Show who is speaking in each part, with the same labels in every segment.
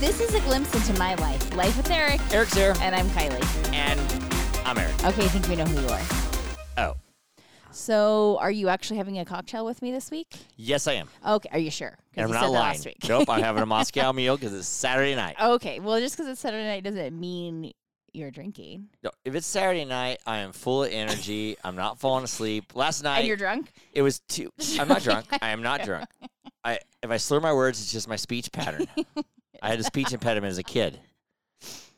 Speaker 1: This is a glimpse into my life. Life with Eric.
Speaker 2: Eric's here,
Speaker 1: And I'm Kylie.
Speaker 2: and I'm Eric.
Speaker 1: Okay, I think we know who you are.
Speaker 2: Oh,
Speaker 1: So, are you actually having a cocktail with me this week?
Speaker 2: yes, I am.
Speaker 1: Okay, are you sure? 'Cause
Speaker 2: And I'm
Speaker 1: you
Speaker 2: not
Speaker 1: said that
Speaker 2: lying.
Speaker 1: last week. Oh.
Speaker 2: Nope, I'm having a Moscow meal because it's Saturday night.
Speaker 1: Okay, well, just because it's Saturday night doesn't mean you're drinking.
Speaker 2: No, if it's Saturday night, I am full of energy. I'm not falling asleep. Last
Speaker 1: and
Speaker 2: night,
Speaker 1: you're drunk?
Speaker 2: it was two. I'm not drunk. I am not drunk. I if I slur my words, it's just my speech pattern. I had a speech impediment as a kid.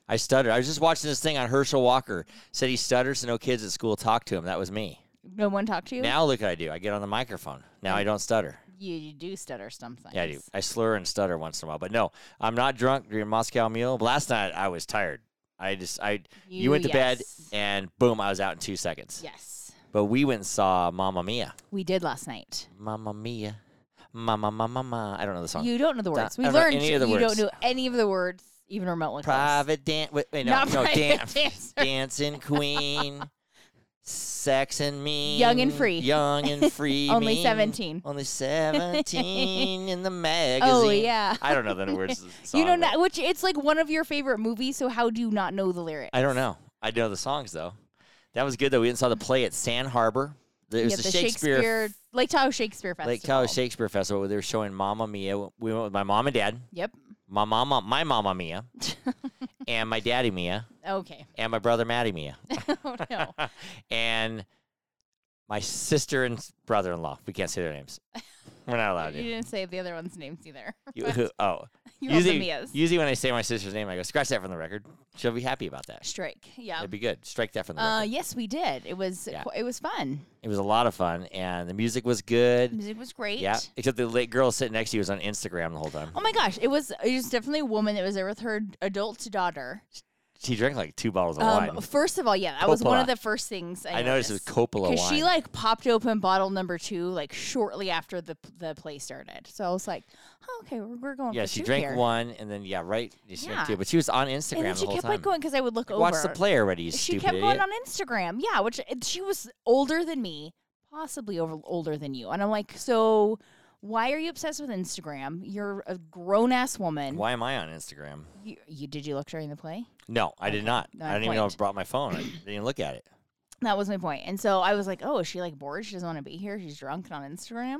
Speaker 2: I stuttered. I was just watching this thing on Herschel Walker. Said he stutters, so no kids at school talk to him. That was me.
Speaker 1: No one talked to you? Mm.
Speaker 2: Now look what I do. I get on the microphone. Now I don't stutter.
Speaker 1: You, you do stutter sometimes.
Speaker 2: Yeah, I do. I slur and stutter once in a while, but no, I'm not drunk during Moscow Mule. But last night I was tired. I just I you, went to bed
Speaker 1: yes.
Speaker 2: and boom, I was out in two seconds.
Speaker 1: Yes.
Speaker 2: But we went and saw Mamma Mia.
Speaker 1: We did last night.
Speaker 2: Mamma Mia. Mamma Mamma Mia. I don't know the song.
Speaker 1: You don't know the
Speaker 2: Don't-
Speaker 1: words.
Speaker 2: I
Speaker 1: We
Speaker 2: don't know
Speaker 1: learned
Speaker 2: any of the
Speaker 1: you
Speaker 2: words.
Speaker 1: don't know any of the words, even remotely. close.
Speaker 2: private dance. Wait, wait, no,
Speaker 1: Not
Speaker 2: no,
Speaker 1: private
Speaker 2: dan-
Speaker 1: dancer.
Speaker 2: dancing queen. Sex and me.
Speaker 1: Young and free.
Speaker 2: Young and free.
Speaker 1: Only
Speaker 2: mean.
Speaker 1: 17.
Speaker 2: Only 17 in the magazine.
Speaker 1: Oh, yeah.
Speaker 2: I don't know the words of the song.
Speaker 1: you know,
Speaker 2: but-
Speaker 1: not, which it's like one of your favorite movies. So how do you not know the lyrics?
Speaker 2: I don't know. I know the songs though. That was good though. We even saw the play at Sand Harbor. It was
Speaker 1: Yeah,
Speaker 2: the, Shakespeare,
Speaker 1: Lake Tahoe Shakespeare Festival.
Speaker 2: Lake Tahoe Shakespeare Festival where they were showing Mamma Mia. We went with my mom and dad,
Speaker 1: Yep.
Speaker 2: my mama, my Mamma Mia, and my daddy Mia,
Speaker 1: Okay.
Speaker 2: and my brother Matty Mia,
Speaker 1: Oh no.
Speaker 2: and my sister and brother-in-law. We can't say their names. We're not allowed
Speaker 1: you
Speaker 2: to.
Speaker 1: didn't say the other one's names either.
Speaker 2: You- who- oh,
Speaker 1: You all the
Speaker 2: usually,
Speaker 1: Mias.
Speaker 2: usually when I say my sister's name, I go scratch that from the record. She'll be happy about that.
Speaker 1: Strike. Yeah.
Speaker 2: That'd be good. Strike that from the
Speaker 1: Uh,
Speaker 2: record.
Speaker 1: yes, we did. It was
Speaker 2: Yeah.
Speaker 1: qu- it was fun.
Speaker 2: It was a lot of fun, and the music was good.
Speaker 1: Music was great.
Speaker 2: Yeah, except the late girl sitting next to you was on Instagram the whole time.
Speaker 1: Oh my gosh, it was it was definitely a woman that was there with her adult daughter.
Speaker 2: She drank like two bottles of
Speaker 1: Um,
Speaker 2: wine.
Speaker 1: first of all, yeah, that was one
Speaker 2: Coppola.
Speaker 1: of the first things I,
Speaker 2: I noticed it was Coppola
Speaker 1: because
Speaker 2: wine.
Speaker 1: she like popped open bottle number two like shortly after the the play started. So I was like, oh, okay, we're, we're going.
Speaker 2: yeah,
Speaker 1: for
Speaker 2: she
Speaker 1: two
Speaker 2: drank
Speaker 1: here.
Speaker 2: one, and then yeah, right. She drank two,
Speaker 1: Yeah.
Speaker 2: but she was on Instagram
Speaker 1: and then
Speaker 2: the
Speaker 1: she
Speaker 2: whole
Speaker 1: kept
Speaker 2: time.
Speaker 1: like going because I would look over.
Speaker 2: Watch the play already. You
Speaker 1: She
Speaker 2: stupid
Speaker 1: kept
Speaker 2: idiot.
Speaker 1: going on Instagram. Yeah, which and she was older than me, possibly over older than you. And I'm like, so why are you obsessed with Instagram? You're a grown ass woman.
Speaker 2: Why am I on Instagram?
Speaker 1: You, you did you look during the play?
Speaker 2: No, I did not.
Speaker 1: no,
Speaker 2: I didn't even know I
Speaker 1: point.
Speaker 2: brought my phone. I didn't even look at it.
Speaker 1: That was my point. And so I was like, oh, is she like bored? She doesn't want to be here. She's drunk and on Instagram.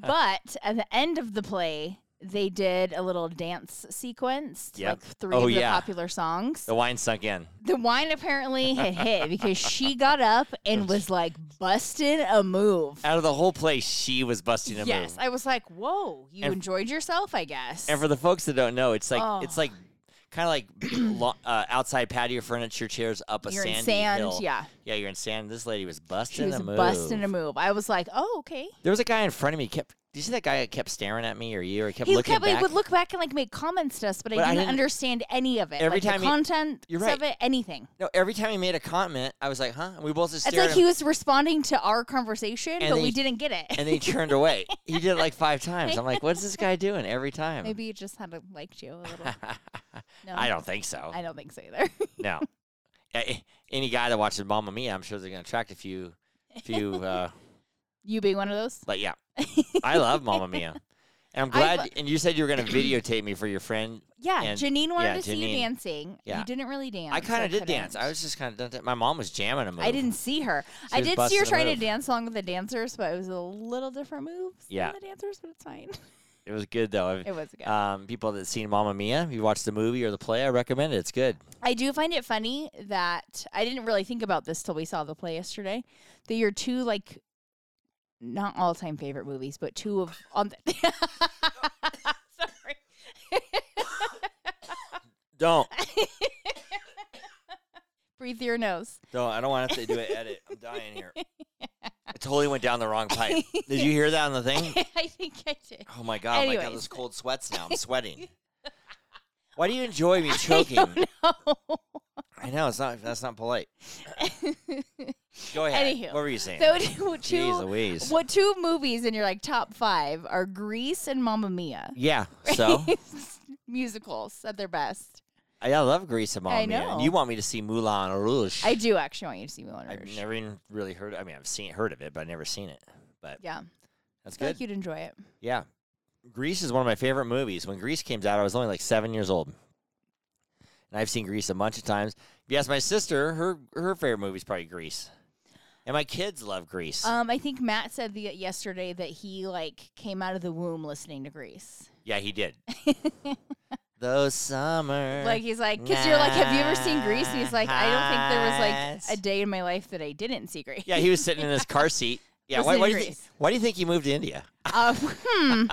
Speaker 1: but at the end of the play, they did a little dance sequence, to,
Speaker 2: Yep.
Speaker 1: like three
Speaker 2: Oh,
Speaker 1: of the
Speaker 2: yeah.
Speaker 1: popular songs.
Speaker 2: The wine sunk in.
Speaker 1: The wine apparently had hit because she got up and was like busting a move.
Speaker 2: Out of the whole place, she was busting a
Speaker 1: yes,
Speaker 2: move.
Speaker 1: I was like, whoa, you
Speaker 2: And-
Speaker 1: enjoyed yourself, I guess.
Speaker 2: And for the folks that don't know, it's like it's
Speaker 1: Oh.
Speaker 2: like kind of like lo- uh, outside patio furniture chairs up a
Speaker 1: You're
Speaker 2: sandy
Speaker 1: in sand,
Speaker 2: hill.
Speaker 1: yeah.
Speaker 2: Yeah, you're in sand. This lady was busting
Speaker 1: She was
Speaker 2: a move.
Speaker 1: busting a move. I was like, oh, okay.
Speaker 2: There was a guy in front of me. Kept. Did you see that guy that kept staring at me or you or kept
Speaker 1: He
Speaker 2: looking
Speaker 1: kept, like,
Speaker 2: back?
Speaker 1: would look back and like make comments to us, but,
Speaker 2: But I
Speaker 1: I didn't
Speaker 2: didn't-
Speaker 1: understand any of it.
Speaker 2: Every
Speaker 1: like, the
Speaker 2: time he-
Speaker 1: content
Speaker 2: You're
Speaker 1: of
Speaker 2: right.
Speaker 1: it, anything.
Speaker 2: no, every time he made a comment, I was like, huh? And we both just
Speaker 1: It's
Speaker 2: stared
Speaker 1: like
Speaker 2: at
Speaker 1: he
Speaker 2: him,
Speaker 1: was responding to our conversation,
Speaker 2: And
Speaker 1: but
Speaker 2: then
Speaker 1: we
Speaker 2: he-
Speaker 1: didn't get it.
Speaker 2: and then he turned away. He did it like five times. I'm like, what's this guy doing every time?
Speaker 1: Maybe he just had liked you a little. No,
Speaker 2: I don't think so.
Speaker 1: I don't think so either.
Speaker 2: no. A- Any guy that watches Mamma Mia, I'm sure they're going to attract a few, few, uh,
Speaker 1: you being one of those?
Speaker 2: like, yeah. I love Mamma Mia. And I'm
Speaker 1: I
Speaker 2: glad, and you said you were going to videotape me for your friend.
Speaker 1: Yeah,
Speaker 2: And-
Speaker 1: Janine wanted
Speaker 2: yeah,
Speaker 1: to see
Speaker 2: Janine.
Speaker 1: you dancing.
Speaker 2: Yeah.
Speaker 1: You didn't really dance.
Speaker 2: I kind
Speaker 1: so
Speaker 2: of did
Speaker 1: couldn't.
Speaker 2: dance. I was just kind of, my mom was jamming a move.
Speaker 1: I didn't see her. I
Speaker 2: was
Speaker 1: did see her
Speaker 2: busting a
Speaker 1: trying to
Speaker 2: move.
Speaker 1: dance along with the dancers, but it was a little different moves
Speaker 2: Yeah.
Speaker 1: than the dancers, but it's fine.
Speaker 2: It was good though.
Speaker 1: It was good.
Speaker 2: Um, people that seen Mamma Mia, if you watch the movie or the play, I recommend it. It's good.
Speaker 1: I do find it funny that I didn't really think about this till we saw the play yesterday. That your two like not all time favorite movies, but two of on the sorry.
Speaker 2: Don't,
Speaker 1: Breathe through your nose.
Speaker 2: don't. I don't want to have to do an edit. I'm dying here. I totally went down the wrong pipe. Did you hear that on the thing?
Speaker 1: I think I did.
Speaker 2: Oh my god! I got
Speaker 1: Anyways.
Speaker 2: those cold sweats now. I'm sweating. Why do you enjoy me choking? I,
Speaker 1: No.
Speaker 2: know it's not. That's not polite. Go ahead.
Speaker 1: Anywho.
Speaker 2: what were you saying?
Speaker 1: so two,
Speaker 2: Jeez
Speaker 1: two
Speaker 2: Louise.
Speaker 1: what two movies in your like top five are Grease and Mamma Mia.
Speaker 2: Yeah. So
Speaker 1: musicals at their best.
Speaker 2: I, I love Grease and Mamma
Speaker 1: I
Speaker 2: Mia.
Speaker 1: know.
Speaker 2: You want me to see Moulin Rouge?
Speaker 1: I do actually want you to see Moulin
Speaker 2: I've
Speaker 1: Rouge.
Speaker 2: never even really heard. I mean, I've seen heard of it, but I've never seen it. But
Speaker 1: yeah,
Speaker 2: that's
Speaker 1: I feel
Speaker 2: good.
Speaker 1: like you'd enjoy it.
Speaker 2: Yeah. Grease is one of my favorite movies. When Grease came out, I was only like seven years old, and I've seen Grease a bunch of times. If you ask my sister, her her favorite movie is probably Grease, and my kids love Grease.
Speaker 1: Um, I think Matt said the, yesterday that he like came out of the womb listening to Grease.
Speaker 2: yeah, he did. Those summer,
Speaker 1: Like he's like, because you're like, have you ever seen Grease? And he's like, I don't think there was like
Speaker 2: Nice.
Speaker 1: a day in my life that I didn't see Grease.
Speaker 2: yeah, he was sitting in his car seat. Yeah, why,
Speaker 1: Listening to
Speaker 2: why do you think,
Speaker 1: Grease.
Speaker 2: why do you think he moved to India?
Speaker 1: Uh, hmm.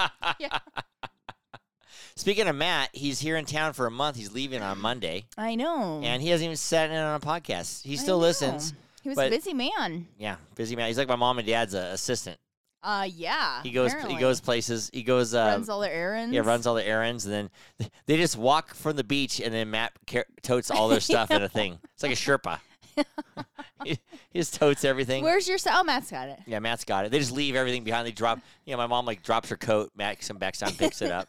Speaker 2: Speaking of Matt, he's here in town for a month. He's leaving on Monday,
Speaker 1: I know.
Speaker 2: and he hasn't even sat in on a podcast.
Speaker 1: Mm.
Speaker 2: He
Speaker 1: I
Speaker 2: still
Speaker 1: know.
Speaker 2: listens.
Speaker 1: He was a
Speaker 2: but-
Speaker 1: busy man.
Speaker 2: Yeah, busy man. He's like my mom and dad's uh, assistant.
Speaker 1: Uh, yeah.
Speaker 2: He goes.
Speaker 1: apparently.
Speaker 2: He goes places. He goes. Uh,
Speaker 1: runs all their errands.
Speaker 2: yeah, runs all the errands, and then they just walk from the beach, and then Matt car- totes all their stuff in a thing. It's like a Sherpa. he, he just totes everything.
Speaker 1: Where's your cell? Oh, Matt's got it.
Speaker 2: yeah, Matt's got it. They just leave everything behind. They drop. You know, my mom like drops her coat. Matt comes back down, picks it up,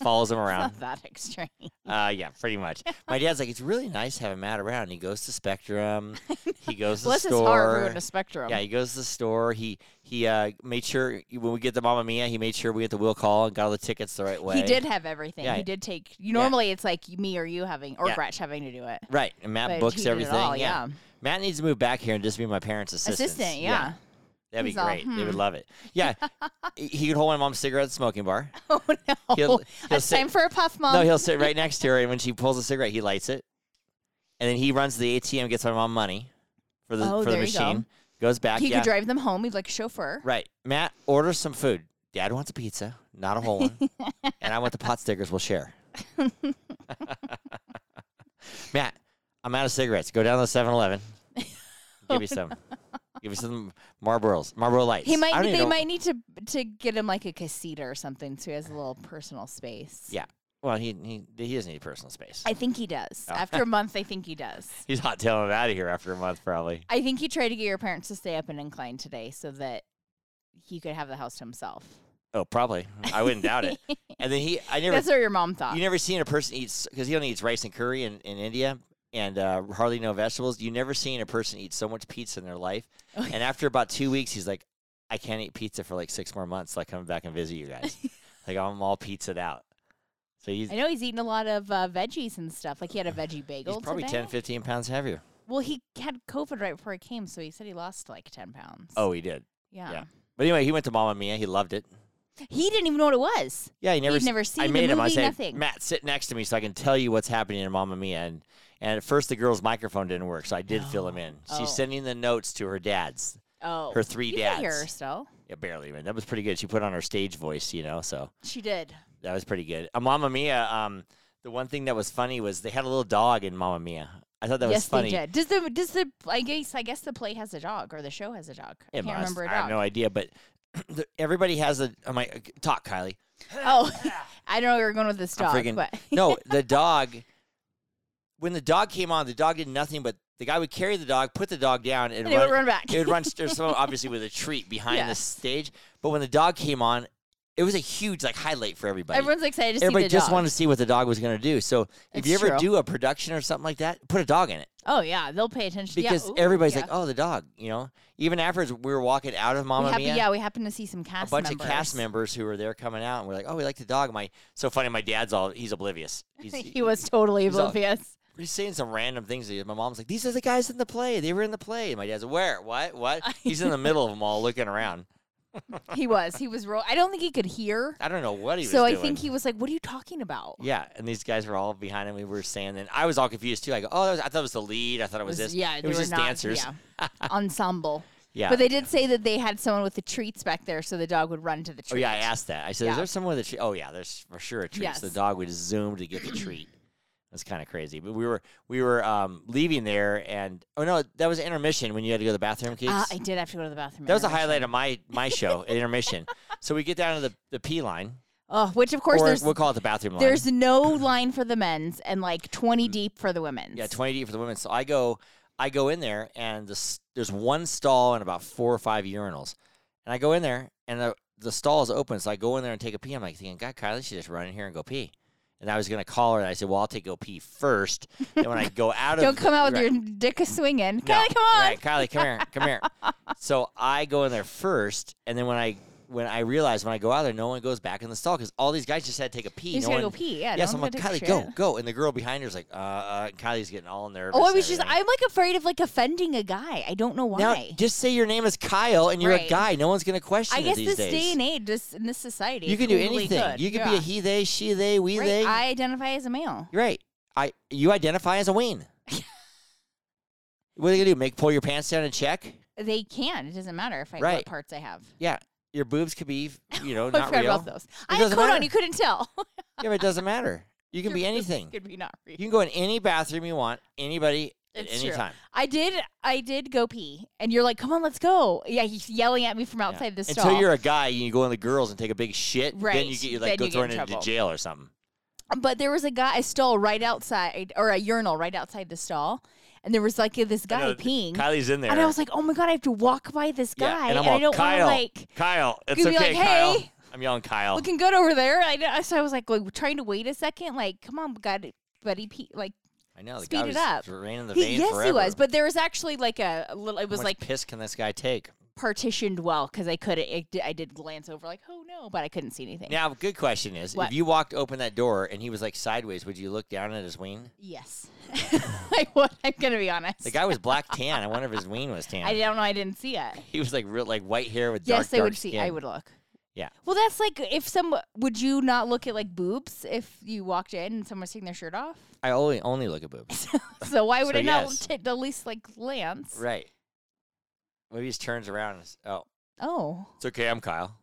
Speaker 2: follows him around.
Speaker 1: Not that extreme.
Speaker 2: Uh, yeah, pretty much. My dad's like, it's really nice having Matt around. He goes to Spectrum. He goes to the
Speaker 1: Bless his heart,
Speaker 2: store.
Speaker 1: ruined a spectrum.
Speaker 2: yeah, he goes to the store. He he uh, made sure when we get the Mamma Mia, he made sure we get the will call and got all the tickets the right way.
Speaker 1: He did have everything.
Speaker 2: Yeah.
Speaker 1: He did take. You normally it's like me or you having or
Speaker 2: Yeah.
Speaker 1: Gretch having to do it.
Speaker 2: Right, and Matt
Speaker 1: But he
Speaker 2: books
Speaker 1: did it
Speaker 2: everything.
Speaker 1: all, yeah.
Speaker 2: Matt needs to move back here and just be my parents' assistant.
Speaker 1: Assistant, yeah.
Speaker 2: that'd
Speaker 1: He's
Speaker 2: be
Speaker 1: all, hmm.
Speaker 2: great. They would love it. Yeah, he he could hold my mom's cigarette at the smoking bar.
Speaker 1: Oh no!
Speaker 2: He'll- he'll
Speaker 1: it's
Speaker 2: sit-
Speaker 1: time for a puff, mom.
Speaker 2: No, he'll sit right next to her, and when she pulls a cigarette, he lights it, and then he runs to the ATM, gets my mom money for the
Speaker 1: Oh,
Speaker 2: for the
Speaker 1: there you go.
Speaker 2: machine, goes back.
Speaker 1: he
Speaker 2: yeah,
Speaker 1: could drive them home. He'd like a chauffeur.
Speaker 2: right. Matt orders some food. Dad wants a pizza, not a whole one, and I want the pot stickers. We'll share. Matt, I'm out of cigarettes. Go down to 7-Eleven. Give me some. Give me some Marlboros, Marlboro Lights.
Speaker 1: He might.
Speaker 2: I don't
Speaker 1: Need,
Speaker 2: even
Speaker 1: they
Speaker 2: know-
Speaker 1: might need to to get him like a casita or something, so he has a little personal space.
Speaker 2: Yeah. Well, he he he doesn't need personal space.
Speaker 1: I think he does.
Speaker 2: Oh.
Speaker 1: After a month, I think he does.
Speaker 2: He's not telling him out of here after a month, probably.
Speaker 1: I think he tried to get your parents to stay up and incline today so that he could have the house to himself.
Speaker 2: Oh, probably. I wouldn't doubt it. And then he, I never,
Speaker 1: That's what your mom thought.
Speaker 2: you never seen a person eat because he only eats rice and curry in, in India and uh, hardly no vegetables. You never seen a person eat so much pizza in their life.
Speaker 1: Oh,
Speaker 2: And after about two weeks, he's like, I can't eat pizza for like six more months. Like coming back and visit you guys. like I'm all pizzaed out. So he's,
Speaker 1: I know he's eating a lot of uh, veggies and stuff. Like he had a veggie bagel
Speaker 2: he's probably
Speaker 1: today.
Speaker 2: ten, fifteen 10, 15 pounds heavier.
Speaker 1: Well, he had COVID right before he came, so he said he lost like ten pounds.
Speaker 2: Oh, he did.
Speaker 1: yeah.
Speaker 2: yeah. But anyway, he went to Mamma Mia. He loved it.
Speaker 1: He didn't even know what it was.
Speaker 2: Yeah, he never.
Speaker 1: He'd
Speaker 2: s-
Speaker 1: never
Speaker 2: I
Speaker 1: seen the
Speaker 2: made him. I
Speaker 1: movie,
Speaker 2: said,
Speaker 1: nothing.
Speaker 2: Matt, sit next to me so I can tell you what's happening in Mamma Mia. And and at first the girl's microphone didn't work, so I did fill him in.
Speaker 1: Oh.
Speaker 2: She's sending the notes to her dad's,
Speaker 1: Oh,
Speaker 2: her three
Speaker 1: you could hear her
Speaker 2: dads.
Speaker 1: still.
Speaker 2: Yeah, barely. Man, that was pretty good. She put on her stage voice, you know. So
Speaker 1: She did.
Speaker 2: that was pretty good. Uh, Mamma Mia. Um, the one thing that was funny was they had a little dog in Mamma Mia. I thought that
Speaker 1: yes,
Speaker 2: was funny.
Speaker 1: they did. Does the does the I guess I guess the play has a dog or the show has a dog. I
Speaker 2: It
Speaker 1: can't
Speaker 2: must.
Speaker 1: remember a
Speaker 2: I have
Speaker 1: dog.
Speaker 2: no idea, but the, everybody has a. I'm like, talk, Kylie.
Speaker 1: oh, I don't know where you're going with this
Speaker 2: I'm
Speaker 1: dog,
Speaker 2: friggin-
Speaker 1: but
Speaker 2: no, the dog. When the dog came on, the dog did nothing but the guy would carry the dog, put the dog down, and,
Speaker 1: it would run back.
Speaker 2: It would run. There's someone obviously with a treat behind
Speaker 1: Yeah.
Speaker 2: the stage, but when the dog came on, it was a huge like highlight for everybody.
Speaker 1: Everyone's excited to
Speaker 2: everybody
Speaker 1: see the
Speaker 2: just
Speaker 1: dog.
Speaker 2: wanted to see what the dog was going to do. So if
Speaker 1: It's
Speaker 2: you ever
Speaker 1: true.
Speaker 2: do a production or something like that, put a dog in it
Speaker 1: Oh yeah, they'll pay attention
Speaker 2: because
Speaker 1: yeah, ooh,
Speaker 2: everybody's
Speaker 1: yeah.
Speaker 2: like, "Oh, the dog," you know. Even afterwards, we were walking out of Mamma
Speaker 1: we happen,
Speaker 2: Mia
Speaker 1: yeah, we happen to see some
Speaker 2: a
Speaker 1: cast
Speaker 2: bunch
Speaker 1: members.
Speaker 2: of cast members who were there coming out, and we're like, "Oh, we like the dog." My so funny. My dad's all he's oblivious. He's,
Speaker 1: he was totally
Speaker 2: He's all-
Speaker 1: oblivious.
Speaker 2: he's saying some random things. to you. My mom's like, "These are the guys in the play. They were in the play." And my dad's like, "Where? What? What?" He's in the middle of them all, looking around.
Speaker 1: he was. He was. Ro- I don't think he could hear.
Speaker 2: I don't know what he was
Speaker 1: so
Speaker 2: doing.
Speaker 1: I think he was like, "What are you talking about?"
Speaker 2: Yeah, and these guys were all behind him. We were saying, and I was all confused too. I go, "Oh, that was, I thought it was the lead. I thought it was, this.
Speaker 1: Yeah,
Speaker 2: it
Speaker 1: they
Speaker 2: was
Speaker 1: were
Speaker 2: just
Speaker 1: not,
Speaker 2: dancers.
Speaker 1: Yeah, ensemble.
Speaker 2: Yeah.
Speaker 1: But they did say that they had someone with the treats back there, so the dog would run to the treats.
Speaker 2: Oh yeah, I asked that. I said,
Speaker 1: Yeah.
Speaker 2: "Is there someone with a treat?" Oh yeah, there's for sure a treat. So
Speaker 1: Yes.
Speaker 2: the dog would zoom to get the treat. That's kind of crazy. But we were we were um, leaving there, and oh no, that was intermission when you had to go to the bathroom. Keeks.
Speaker 1: Uh, I did have to go to the bathroom.
Speaker 2: that was the
Speaker 1: intermission.
Speaker 2: highlight of my my show at intermission. So we get down to the, the P line,
Speaker 1: Oh, which of course
Speaker 2: or
Speaker 1: there's
Speaker 2: we'll call it the bathroom line.
Speaker 1: there's no line for the men's and like 20 deep for the women's.
Speaker 2: Mm. yeah, twenty deep for the women. So I go I go in there, and the, s- there's one stall and about four or five urinals, and I go in there, and the the stall is open. So I go in there and take a pee. I'm like thinking, God, Kylie should just run in here and go pee. And I was gonna call her, and I said, Well, I'll take go pee first. And when I go out of
Speaker 1: Don't
Speaker 2: the-
Speaker 1: come out with
Speaker 2: right.
Speaker 1: your dick a swinging.
Speaker 2: No.
Speaker 1: Kylie, come on.
Speaker 2: Right, Kylie, come here, come here. so I go in there first, and then when I when I realized when I go out there, no one goes back in the stall because all these guys just had to take a pee.
Speaker 1: You just
Speaker 2: no
Speaker 1: gotta
Speaker 2: one,
Speaker 1: go pee. Yeah.
Speaker 2: yes,
Speaker 1: no
Speaker 2: I'm
Speaker 1: one's
Speaker 2: like
Speaker 1: gonna
Speaker 2: Kylie,
Speaker 1: take a
Speaker 2: go,
Speaker 1: shit.
Speaker 2: go, and the girl behind her's like, uh, uh and Kylie's getting all nervous.
Speaker 1: Oh, I
Speaker 2: and
Speaker 1: was just,
Speaker 2: everything.
Speaker 1: I'm like afraid of like offending a guy. I don't know why.
Speaker 2: Now, just say your name is Kyle and you're
Speaker 1: Right.
Speaker 2: a guy. No one's going to question
Speaker 1: I
Speaker 2: it
Speaker 1: guess this
Speaker 2: these days.
Speaker 1: day and age, this in this society,
Speaker 2: you
Speaker 1: it
Speaker 2: can do
Speaker 1: totally
Speaker 2: anything.
Speaker 1: Could.
Speaker 2: You can
Speaker 1: yeah.
Speaker 2: be a he, they, she, they, we,
Speaker 1: Right?
Speaker 2: they.
Speaker 1: I identify as a male.
Speaker 2: You're right. I you identify as a ween. what are they gonna do? Make pull your pants down and check?
Speaker 1: They can. It doesn't matter if I what
Speaker 2: Right.
Speaker 1: parts I have.
Speaker 2: Yeah, your boobs could be, you know,
Speaker 1: Oh, I
Speaker 2: not
Speaker 1: forgot
Speaker 2: real.
Speaker 1: about those. I had a
Speaker 2: doesn't
Speaker 1: coat on.
Speaker 2: matter.
Speaker 1: You couldn't tell.
Speaker 2: Yeah, but it doesn't matter. You can
Speaker 1: Your
Speaker 2: be
Speaker 1: boobs
Speaker 2: anything.
Speaker 1: Could be not real.
Speaker 2: You can go in any bathroom you want, anybody at
Speaker 1: It's
Speaker 2: any
Speaker 1: true.
Speaker 2: time.
Speaker 1: I did. I did go pee, and you're like, "Come on, let's go!" Yeah, he's yelling at me from
Speaker 2: Yeah.
Speaker 1: outside the
Speaker 2: Until
Speaker 1: stall.
Speaker 2: you're a guy, you go in the girls and take a big shit. Then you
Speaker 1: Right.
Speaker 2: get you like
Speaker 1: Then
Speaker 2: go
Speaker 1: you get
Speaker 2: thrown
Speaker 1: in
Speaker 2: into
Speaker 1: trouble.
Speaker 2: jail or something.
Speaker 1: but there was a guy a stall right outside, or a urinal right outside the stall, and there was like this
Speaker 2: I
Speaker 1: guy
Speaker 2: know,
Speaker 1: peeing,
Speaker 2: Kylie's in there.
Speaker 1: and I was like, "Oh my god, I have to walk by this
Speaker 2: Yeah,
Speaker 1: guy,"
Speaker 2: and I'm
Speaker 1: I
Speaker 2: all,
Speaker 1: don't want to
Speaker 2: "Kyle."
Speaker 1: like
Speaker 2: Kyle, it's
Speaker 1: Could be
Speaker 2: okay,
Speaker 1: like,
Speaker 2: Kyle.
Speaker 1: "Hey."
Speaker 2: I'm yelling Kyle.
Speaker 1: looking good over there. I, d- I- so I was like, like trying to wait a second, like, "Come on, God, buddy, Pete, like."
Speaker 2: I know the
Speaker 1: speed
Speaker 2: guy
Speaker 1: it
Speaker 2: was
Speaker 1: up.
Speaker 2: draining the
Speaker 1: He,
Speaker 2: vein
Speaker 1: yes,
Speaker 2: forever.
Speaker 1: he was, but there was actually like a, a little. It was
Speaker 2: How
Speaker 1: like
Speaker 2: much piss can this guy take?
Speaker 1: partitioned well because I could. It, di- I did glance over, like, oh no, but I couldn't see anything.
Speaker 2: Now, good question is,
Speaker 1: What?
Speaker 2: if you walked open that door and he was like sideways, would you look down at his ween?
Speaker 1: Yes, I would. I'm gonna be honest.
Speaker 2: The guy was black tan. I wonder if his ween was tan.
Speaker 1: I don't know. I didn't see it.
Speaker 2: He was like real, like white hair with dark,
Speaker 1: yes, I
Speaker 2: dark
Speaker 1: would see. I
Speaker 2: skin.
Speaker 1: would look.
Speaker 2: Yeah.
Speaker 1: Well, that's like if some. Would you not look at like boobs if you walked in and someone's taking their shirt off?
Speaker 2: I only only look at boobs.
Speaker 1: So why would
Speaker 2: So
Speaker 1: I not
Speaker 2: yes.
Speaker 1: ta- at least like glance?
Speaker 2: right. Maybe he just turns around. and s- Oh,
Speaker 1: Oh,
Speaker 2: it's okay. I'm Kyle.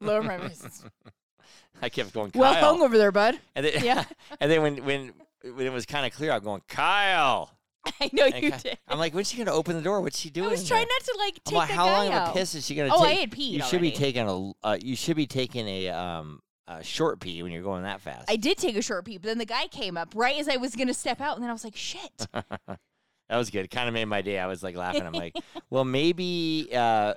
Speaker 1: lower my wrists.
Speaker 2: I kept going Kyle.
Speaker 1: Well hung over there, bud.
Speaker 2: and then,
Speaker 1: yeah.
Speaker 2: and then when when when it was kind of clear, I'm going Kyle.
Speaker 1: I know
Speaker 2: And
Speaker 1: you
Speaker 2: Ky-
Speaker 1: did.
Speaker 2: I'm like, when's she gonna open the door? What's she
Speaker 1: I
Speaker 2: doing?
Speaker 1: was
Speaker 2: here?
Speaker 1: trying not to like
Speaker 2: I'm
Speaker 1: take
Speaker 2: like,
Speaker 1: the
Speaker 2: how
Speaker 1: guy
Speaker 2: long
Speaker 1: out.
Speaker 2: of a piss is she gonna
Speaker 1: oh,
Speaker 2: take?
Speaker 1: I had peed.
Speaker 2: You should be
Speaker 1: already.
Speaker 2: taking a. l- Uh, you should be taking a um a short pee when you're going that fast.
Speaker 1: I did take a short pee, but then the guy came up right as I was gonna step out, and then I was like, "Shit,
Speaker 2: that was good. Kind of made my day. I was like laughing. I'm like, well, maybe, uh,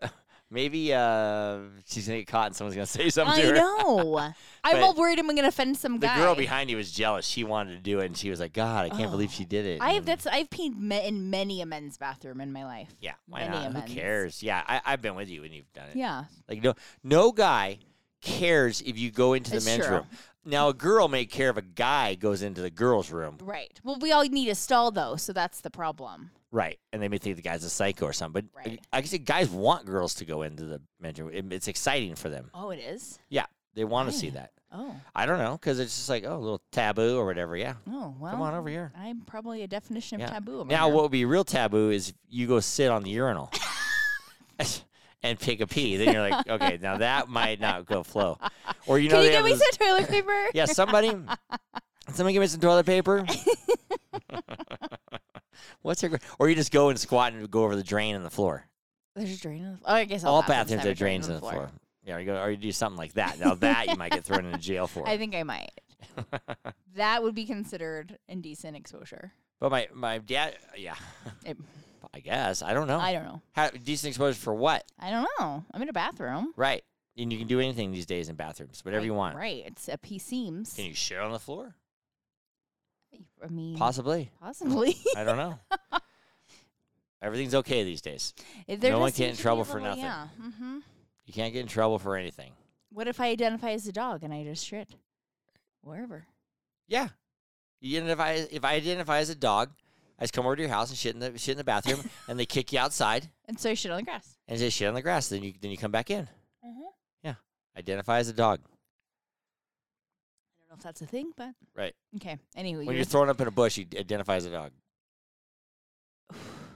Speaker 2: maybe uh, she's gonna get caught and someone's gonna say something
Speaker 1: I
Speaker 2: to her.
Speaker 1: know." I'm
Speaker 2: But
Speaker 1: all worried I'm gonna offend some
Speaker 2: The
Speaker 1: guy.
Speaker 2: girl behind you was jealous. She wanted to do it, and she was like, "God, I can't believe
Speaker 1: Oh.
Speaker 2: she did it."
Speaker 1: I have
Speaker 2: and-
Speaker 1: that's I've peed me- in many a men's bathroom in my life.
Speaker 2: Yeah, why
Speaker 1: many
Speaker 2: not?
Speaker 1: amends.
Speaker 2: Who cares? Yeah, I, I've been with you when you've done it.
Speaker 1: Yeah,
Speaker 2: Like no, no guy cares if you go into the
Speaker 1: It's
Speaker 2: men's
Speaker 1: true.
Speaker 2: room. Now, a girl may care if a guy goes into the girls' room,
Speaker 1: right. Well, we all need a stall though, so that's the problem.
Speaker 2: Right. And they may think the guy's a psycho or something. But
Speaker 1: Right.
Speaker 2: I I guess the guys want girls to go into the men's room. It- It's exciting for them.
Speaker 1: Oh, it is.
Speaker 2: Yeah. They want to see
Speaker 1: Right.
Speaker 2: that.
Speaker 1: Oh,
Speaker 2: I don't know because it's just like, oh, a little taboo or whatever. Yeah.
Speaker 1: oh well.
Speaker 2: Come on over here.
Speaker 1: I'm probably a definition of
Speaker 2: Yeah.
Speaker 1: taboo. over
Speaker 2: Now,
Speaker 1: here.
Speaker 2: what would be real taboo is if you go sit on the urinal and pick a pee. Then you're like, okay, now that might not go flow. Or, you know,
Speaker 1: Can you
Speaker 2: they
Speaker 1: give
Speaker 2: have
Speaker 1: me
Speaker 2: those-
Speaker 1: some toilet paper?
Speaker 2: yeah, somebody, somebody give me some toilet paper. What's your, or you just go and squat and go over the drain and the floor.
Speaker 1: There's a drain on the floor. Oh, I guess all,
Speaker 2: all
Speaker 1: bathrooms
Speaker 2: bathrooms
Speaker 1: have a
Speaker 2: have drains in the floor. Yeah, or you, go, or you do something like that. Now that you might get thrown into jail for.
Speaker 1: I think I might. that would be considered indecent exposure.
Speaker 2: but my my dad, yeah,
Speaker 1: It,
Speaker 2: I guess I don't know.
Speaker 1: I don't know.
Speaker 2: How, decent exposure for what?
Speaker 1: I don't know. I'm in a bathroom.
Speaker 2: Right, and you can do anything these days in bathrooms, whatever you
Speaker 1: Like,
Speaker 2: want.
Speaker 1: Right. It's a pee seams.
Speaker 2: Can you shit on the floor?
Speaker 1: I mean,
Speaker 2: Possibly.
Speaker 1: possibly.
Speaker 2: I don't know. Everything's okay these days.
Speaker 1: If there
Speaker 2: No one
Speaker 1: does seem
Speaker 2: get in
Speaker 1: to be a
Speaker 2: trouble for nothing.
Speaker 1: Yeah. hmm
Speaker 2: You can't get in trouble for anything.
Speaker 1: What if I identify as a dog and I just shit wherever?
Speaker 2: Yeah. You identify if I identify as a dog, I just come over to your house and shit in the shit in the bathroom, and they kick you outside
Speaker 1: And so I shit on the grass.
Speaker 2: and say shit on the grass. Then you then you come back in.
Speaker 1: Mhm. I
Speaker 2: Identify as a dog.
Speaker 1: don't know if that's a thing, but
Speaker 2: Right.
Speaker 1: okay. Anyway,
Speaker 2: When you're thrown up in a bush, you identify as a dog.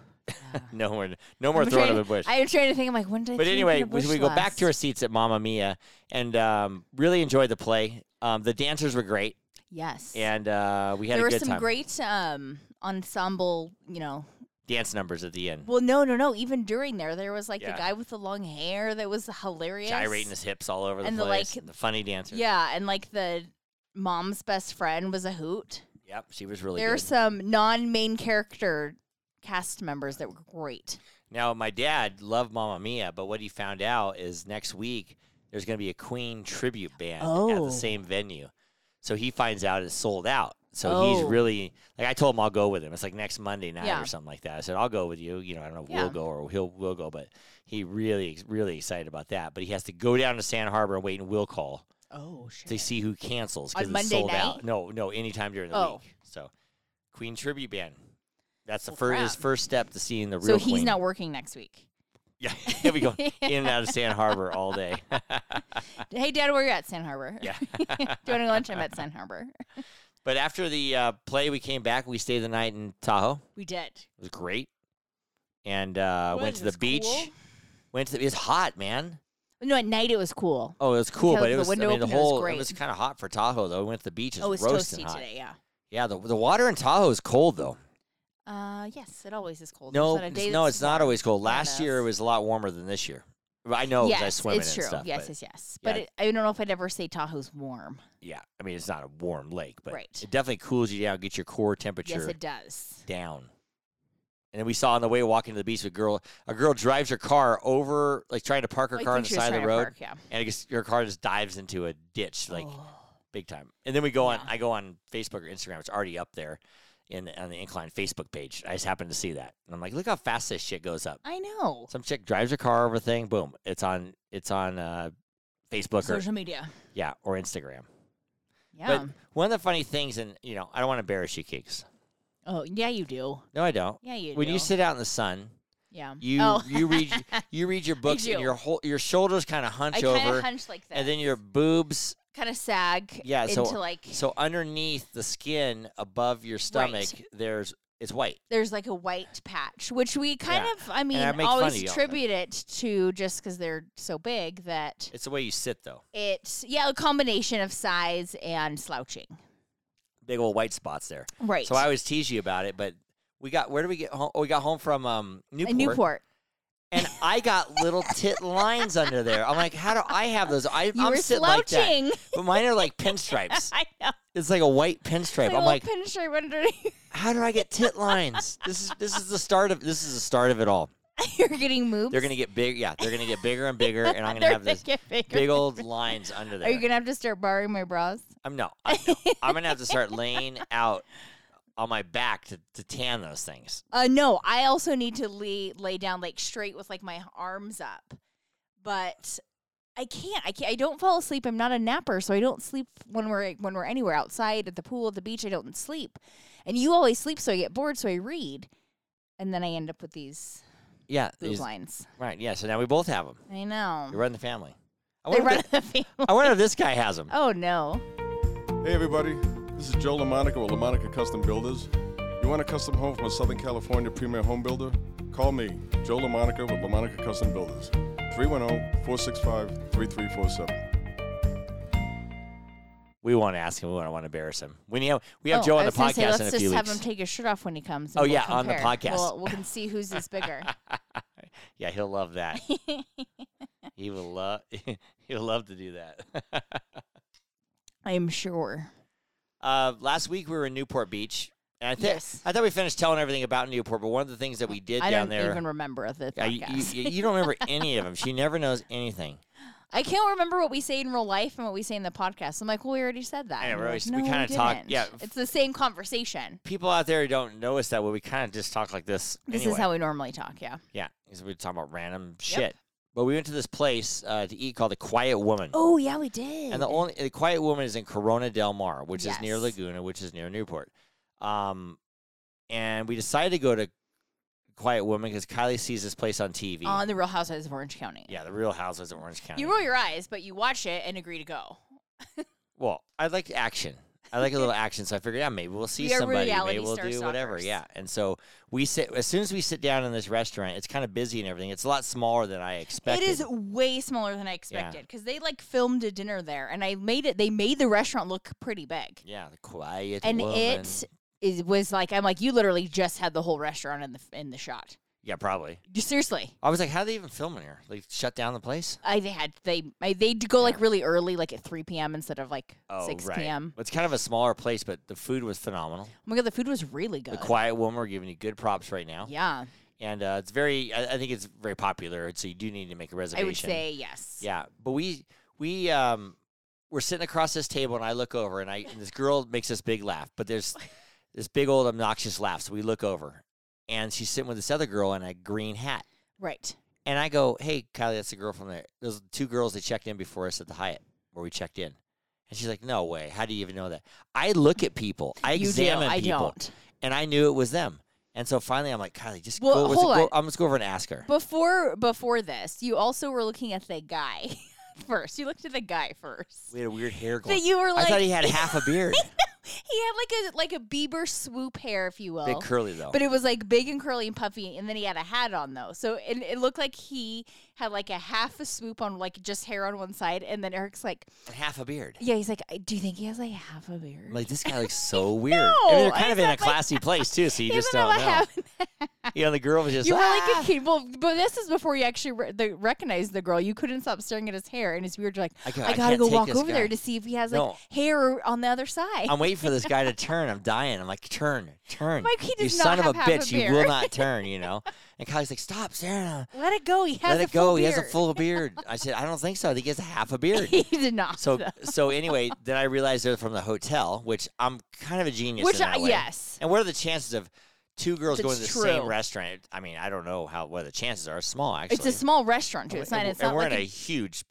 Speaker 2: No more, no more
Speaker 1: I'm
Speaker 2: thrown
Speaker 1: trying
Speaker 2: up in a bush.
Speaker 1: I'm trying to think. I'm like, when did I
Speaker 2: but
Speaker 1: throw up
Speaker 2: anyway,
Speaker 1: in a
Speaker 2: we,
Speaker 1: bush
Speaker 2: we go back to our
Speaker 1: last?
Speaker 2: seats at Mamma Mia and um, really enjoyed the play. Um, the dancers were great,
Speaker 1: yes.
Speaker 2: and uh, we had
Speaker 1: there
Speaker 2: a
Speaker 1: were
Speaker 2: good
Speaker 1: some
Speaker 2: time.
Speaker 1: great um, ensemble, you know.
Speaker 2: Dance numbers at the end,
Speaker 1: Well, no, no, no. Even during there, there was like the
Speaker 2: Yeah.
Speaker 1: guy with the long hair that was hilarious.
Speaker 2: gyrating his hips all over the
Speaker 1: And the,
Speaker 2: place.
Speaker 1: like-
Speaker 2: and the funny dancer.
Speaker 1: Yeah, and like the mom's best friend was a hoot.
Speaker 2: Yep, she was really
Speaker 1: there are
Speaker 2: good.
Speaker 1: some non-main character cast members that were great.
Speaker 2: Now, my dad loved Mamma Mia, but what he found out is next week there's going to be a Queen tribute band at
Speaker 1: Oh.
Speaker 2: the same venue. So he finds out it's sold out. So he's
Speaker 1: Oh.
Speaker 2: really like I told him I'll go with him. It's like next Monday night
Speaker 1: Yeah.
Speaker 2: or something like that. I said I'll go with you. You know I don't know if
Speaker 1: Yeah.
Speaker 2: we'll go or he'll we'll go, but he really really excited about that. But he has to go down to Sand Harbor and wait in will call
Speaker 1: Oh shit.
Speaker 2: to see who cancels
Speaker 1: On
Speaker 2: because it's
Speaker 1: Monday
Speaker 2: sold out.
Speaker 1: night?
Speaker 2: No, no, anytime during the
Speaker 1: Oh.
Speaker 2: week. So Queen tribute band. That's the
Speaker 1: Well,
Speaker 2: first his
Speaker 1: crap.
Speaker 2: first step to seeing the
Speaker 1: so
Speaker 2: real.
Speaker 1: he's
Speaker 2: Queen.
Speaker 1: not working next week.
Speaker 2: Yeah, he'll be going in and out of Sand Harbor all day.
Speaker 1: Hey, Dad, where you at? Sand Harbor.
Speaker 2: yeah.
Speaker 1: Doing lunch. I'm at Sand Harbor.
Speaker 2: But after the uh, play, we came back. We stayed the night in Tahoe.
Speaker 1: We did.
Speaker 2: It was great, and uh, went
Speaker 1: Was
Speaker 2: to the
Speaker 1: it
Speaker 2: beach.
Speaker 1: cool?
Speaker 2: Went to the, it's hot, man.
Speaker 1: No, at night it was cool.
Speaker 2: Oh, it was cool,
Speaker 1: Because
Speaker 2: but it
Speaker 1: the
Speaker 2: was
Speaker 1: window
Speaker 2: I mean, the
Speaker 1: opened, it was
Speaker 2: whole
Speaker 1: great.
Speaker 2: was kind of hot for Tahoe though. We went to the beach. It's
Speaker 1: oh, it's
Speaker 2: roasting
Speaker 1: toasty
Speaker 2: hot.
Speaker 1: today. Yeah.
Speaker 2: Yeah, the the water in Tahoe is cold though.
Speaker 1: Uh, yes, it always is cold. There's
Speaker 2: No,
Speaker 1: not a
Speaker 2: it's-
Speaker 1: day
Speaker 2: no,
Speaker 1: that's
Speaker 2: it's not
Speaker 1: warm.
Speaker 2: always cold.
Speaker 1: Not
Speaker 2: Last year it
Speaker 1: us.
Speaker 2: was a lot warmer than this year. But I know
Speaker 1: yes,
Speaker 2: because I swim
Speaker 1: it's
Speaker 2: in
Speaker 1: true.
Speaker 2: it and stuff.
Speaker 1: yes,
Speaker 2: but
Speaker 1: yes, yes.
Speaker 2: yeah.
Speaker 1: But it, I don't know if I'd ever say Tahoe's warm.
Speaker 2: yeah, I mean it's not a warm lake, but
Speaker 1: Right.
Speaker 2: it definitely cools you down, gets your core temperature.
Speaker 1: Yes, it does.
Speaker 2: down. And then we saw on the way walking to the beach, a girl a girl drives her car over, like trying to park her
Speaker 1: Like
Speaker 2: car on
Speaker 1: when
Speaker 2: the
Speaker 1: she was
Speaker 2: side of
Speaker 1: trying
Speaker 2: the
Speaker 1: to
Speaker 2: road,
Speaker 1: park, yeah.
Speaker 2: and it just, your car just dives into a ditch, like
Speaker 1: Oh.
Speaker 2: big time. And then we go on,
Speaker 1: Yeah.
Speaker 2: I go on Facebook or Instagram, it's already up there, in the, on the incline Facebook page. I just happened to see that, and I'm like, look how fast this shit goes up.
Speaker 1: I know.
Speaker 2: Some chick drives her car over a thing, boom, it's on, it's on uh, Facebook or
Speaker 1: Social media.
Speaker 2: yeah or Instagram.
Speaker 1: Yeah.
Speaker 2: But one of the funny things, and you know, I don't want to embarrass you, Keeks.
Speaker 1: oh, yeah, you do.
Speaker 2: No, I don't.
Speaker 1: Yeah, you do.
Speaker 2: When you sit out in the sun,
Speaker 1: yeah.
Speaker 2: You
Speaker 1: oh.
Speaker 2: you read you read your books and
Speaker 1: do.
Speaker 2: your whole your shoulders kind of hunch
Speaker 1: I kind
Speaker 2: over,
Speaker 1: of hunch like that.
Speaker 2: and then your boobs.
Speaker 1: kind of sag
Speaker 2: Yeah, so-
Speaker 1: into like
Speaker 2: So underneath the skin above your stomach, there's it's white.
Speaker 1: there's like a white patch, which we kind
Speaker 2: Yeah.
Speaker 1: of, I mean,
Speaker 2: I make fun of
Speaker 1: always
Speaker 2: y'all, but-
Speaker 1: attribute it to just because they're so big that
Speaker 2: It's the way you sit though.
Speaker 1: it's, yeah, a combination of size and slouching.
Speaker 2: Big old white spots there.
Speaker 1: Right.
Speaker 2: So I always tease you about it, but we got where did we get home? Oh, we got home from um Newport,
Speaker 1: In Newport.
Speaker 2: and I got little tit lines under there. I'm like, how do I have those? I,
Speaker 1: You
Speaker 2: I'm
Speaker 1: were
Speaker 2: sitting like that,
Speaker 1: slouching.
Speaker 2: but mine are like pinstripes.
Speaker 1: I know.
Speaker 2: It's like a white pinstripe.
Speaker 1: Like
Speaker 2: I'm
Speaker 1: a
Speaker 2: like,
Speaker 1: little pinstripe underneath.
Speaker 2: how do I get tit lines? This is this is the start of this is the start of it all.
Speaker 1: You're getting moved.
Speaker 2: They're gonna get big. Yeah, they're gonna get bigger and bigger, and I'm gonna have this big old lines under there.
Speaker 1: Are you gonna have to start borrowing my bras?
Speaker 2: I'm no. I'm, no. I'm gonna have to start laying out on my back to, to tan those things.
Speaker 1: Uh, no, I also need to lay lay down like straight with like my arms up, but I can't. I can't. I don't fall asleep. I'm not a napper, so I don't sleep when we're when we're anywhere outside at the pool, at the beach. I don't sleep, and you always sleep, so I get bored, so I read, and then I end up with these
Speaker 2: Yeah,
Speaker 1: boob
Speaker 2: these-
Speaker 1: lines.
Speaker 2: right. Yeah, so now we both have them.
Speaker 1: I know.
Speaker 2: You run the family. I
Speaker 1: They
Speaker 2: wonder,
Speaker 1: run
Speaker 2: if,
Speaker 1: the family.
Speaker 2: I wonder if this guy has them.
Speaker 1: Oh no.
Speaker 3: Hey everybody, this is Joe LaMonica with LaMonica Custom Builders. You want a custom home from a Southern California premier home builder? Call me, Joe LaMonica with LaMonica Custom Builders, 310-465-3347.
Speaker 2: We want to ask him. We want to embarrass him. We need, we have
Speaker 1: Oh,
Speaker 2: Joe
Speaker 1: I
Speaker 2: on the
Speaker 1: was gonna
Speaker 2: podcast
Speaker 1: say,
Speaker 2: in a
Speaker 1: Let's
Speaker 2: few
Speaker 1: just have him
Speaker 2: weeks.
Speaker 1: take his shirt off when he comes. and
Speaker 2: Oh,
Speaker 1: we'll
Speaker 2: yeah, on the
Speaker 1: compare.
Speaker 2: podcast.
Speaker 1: We'll, we can see who's is bigger.
Speaker 2: yeah, he'll love that. he will love. he'll love to do that.
Speaker 1: I'm sure.
Speaker 2: Uh, last week we were in Newport Beach, and I think
Speaker 1: Yes.
Speaker 2: I thought we finished telling everything about Newport. But one of the things that we did
Speaker 1: I
Speaker 2: down
Speaker 1: don't
Speaker 2: there,
Speaker 1: even remember the
Speaker 2: Yeah, you,
Speaker 1: podcast.
Speaker 2: you- you don't remember any of them. She never knows anything.
Speaker 1: I can't remember what we say in real life and what we say in the podcast. I'm like, well, we already said that.
Speaker 2: I know,
Speaker 1: And
Speaker 2: we
Speaker 1: we're
Speaker 2: always-
Speaker 1: like,
Speaker 2: we
Speaker 1: "No,
Speaker 2: kinda talk-
Speaker 1: didn't."
Speaker 2: yeah.
Speaker 1: it's the same conversation.
Speaker 2: People out there who don't notice that, well, we kind of just talk like this.
Speaker 1: This
Speaker 2: anyway.
Speaker 1: is how we normally talk. Yeah.
Speaker 2: yeah, 'cause we talk about random shit. But we went to this place uh, to eat called the Quiet Woman.
Speaker 1: Oh yeah, we did.
Speaker 2: And the only the Quiet Woman is in Corona Del Mar, which is near
Speaker 1: Yes.
Speaker 2: Laguna, which is near Newport. Um, and we decided to go to Quiet Woman because Kylie sees this place on TV.
Speaker 1: on the Real Housewives of Orange County.
Speaker 2: yeah, the Real Housewives of Orange County.
Speaker 1: You roll your eyes, but you watch it and agree to go.
Speaker 2: Well, I like action. I like a little action, so I figured, yeah, maybe we'll see
Speaker 1: We are
Speaker 2: somebody,
Speaker 1: reality
Speaker 2: maybe we'll
Speaker 1: star
Speaker 2: do whatever,
Speaker 1: stalkers.
Speaker 2: yeah. And so we sit as soon as we sit down in this restaurant. It's kind of busy and everything. It's a lot smaller than I expected.
Speaker 1: It is way smaller than I expected because they like filmed a dinner there, and I made it. They made the restaurant look pretty big,
Speaker 2: yeah, the quiet
Speaker 1: and
Speaker 2: woman.
Speaker 1: it is was like I'm like you literally just had the whole restaurant in the in the shot.
Speaker 2: yeah, probably.
Speaker 1: Seriously,
Speaker 2: I was like, how do they even film in here? Like, shut down the place?
Speaker 1: I they had they I, they go like really early, like at three p.m. instead of like
Speaker 2: Oh,
Speaker 1: six
Speaker 2: right.
Speaker 1: p.m.
Speaker 2: Well, It's kind of a smaller place, but the food was phenomenal.
Speaker 1: Oh my god, the food was really good.
Speaker 2: The Quiet Woman, we're giving you good props right now,
Speaker 1: yeah,
Speaker 2: and uh, it's very. I, I think it's very popular, so you do need to make a
Speaker 1: I
Speaker 2: reservation.
Speaker 1: would say yes.
Speaker 2: Yeah, but we we um we're sitting across this table, and I look over, and I and this girl makes this big laugh, but there's this big old obnoxious laugh. So we look over, and she's sitting with this other girl in a green hat.
Speaker 1: Right.
Speaker 2: And I go, "Hey, Kylie, that's the girl from there. Those two girls that checked in before us at the Hyatt where we checked in." And she's like, "No way. How do you even know that?" I look at people. I
Speaker 1: you do.
Speaker 2: examine
Speaker 1: I
Speaker 2: people,
Speaker 1: don't.
Speaker 2: and I knew it was them. And so finally, I'm like, "Kylie, just
Speaker 1: Well,
Speaker 2: go. let's
Speaker 1: hold
Speaker 2: go-
Speaker 1: on.
Speaker 2: I'm just go over and ask her."
Speaker 1: Before before this, you also were looking at the guy first. You looked at the guy first.
Speaker 2: We had a weird hair going.
Speaker 1: That you were like
Speaker 2: I thought he had half a beard.
Speaker 1: he had like a like a Bieber swoop hair, if you will.
Speaker 2: Big curly though.
Speaker 1: But it was like big and curly and puffy, and then he had a hat on though, so it, it looked like he had like a half a swoop on like just hair on one side, and then Eric's like,
Speaker 2: and half a beard.
Speaker 1: yeah, he's like, "I- do you think he has like half a beard?
Speaker 2: I'm like this guy looks so weird. I mean, they're
Speaker 1: No,
Speaker 2: kind of
Speaker 1: it's
Speaker 2: in
Speaker 1: not
Speaker 2: a classy place too, so you
Speaker 1: He
Speaker 2: just
Speaker 1: doesn't
Speaker 2: don't
Speaker 1: have a
Speaker 2: know.
Speaker 1: half-
Speaker 2: Yeah, the girl was just.
Speaker 1: You were
Speaker 2: ah!
Speaker 1: like a kid. Well, but this is before you actually re- the, recognized the girl. You couldn't stop staring at his hair, and it's weird. You're like,
Speaker 2: I
Speaker 1: I,
Speaker 2: go- I
Speaker 1: gotta
Speaker 2: can't
Speaker 1: go
Speaker 2: take
Speaker 1: walk
Speaker 2: this
Speaker 1: over
Speaker 2: guy."
Speaker 1: there to see if he has like
Speaker 2: No.
Speaker 1: hair on the other side.
Speaker 2: I'm waiting for this guy to turn. I'm dying. I'm like, turn, turn.
Speaker 1: Mike, he
Speaker 2: you
Speaker 1: does not
Speaker 2: son
Speaker 1: have
Speaker 2: of a
Speaker 1: half a
Speaker 2: bitch, you will
Speaker 1: beard."
Speaker 2: not turn. You know. And Kylie's like, stop, Sarah.
Speaker 1: Let it go. He has
Speaker 2: Let
Speaker 1: a
Speaker 2: it go.
Speaker 1: Full
Speaker 2: He has a
Speaker 1: beard.
Speaker 2: full beard. I said, I don't think so. I think he has half a beard.
Speaker 1: he did not.
Speaker 2: So,
Speaker 1: though.
Speaker 2: so anyway, then I realized they're from the hotel, which I'm kind of a genius.
Speaker 1: which
Speaker 2: in that
Speaker 1: I,
Speaker 2: way.
Speaker 1: yes,
Speaker 2: And what are the chances of two girls going to the
Speaker 1: That's
Speaker 2: same
Speaker 1: true.
Speaker 2: restaurant? I mean, I don't know how what the chances are. It's small, actually.
Speaker 1: it's a small restaurant too. It's not.
Speaker 2: And,
Speaker 1: It's
Speaker 2: and
Speaker 1: not
Speaker 2: we're
Speaker 1: like
Speaker 2: in a,
Speaker 1: a-
Speaker 2: huge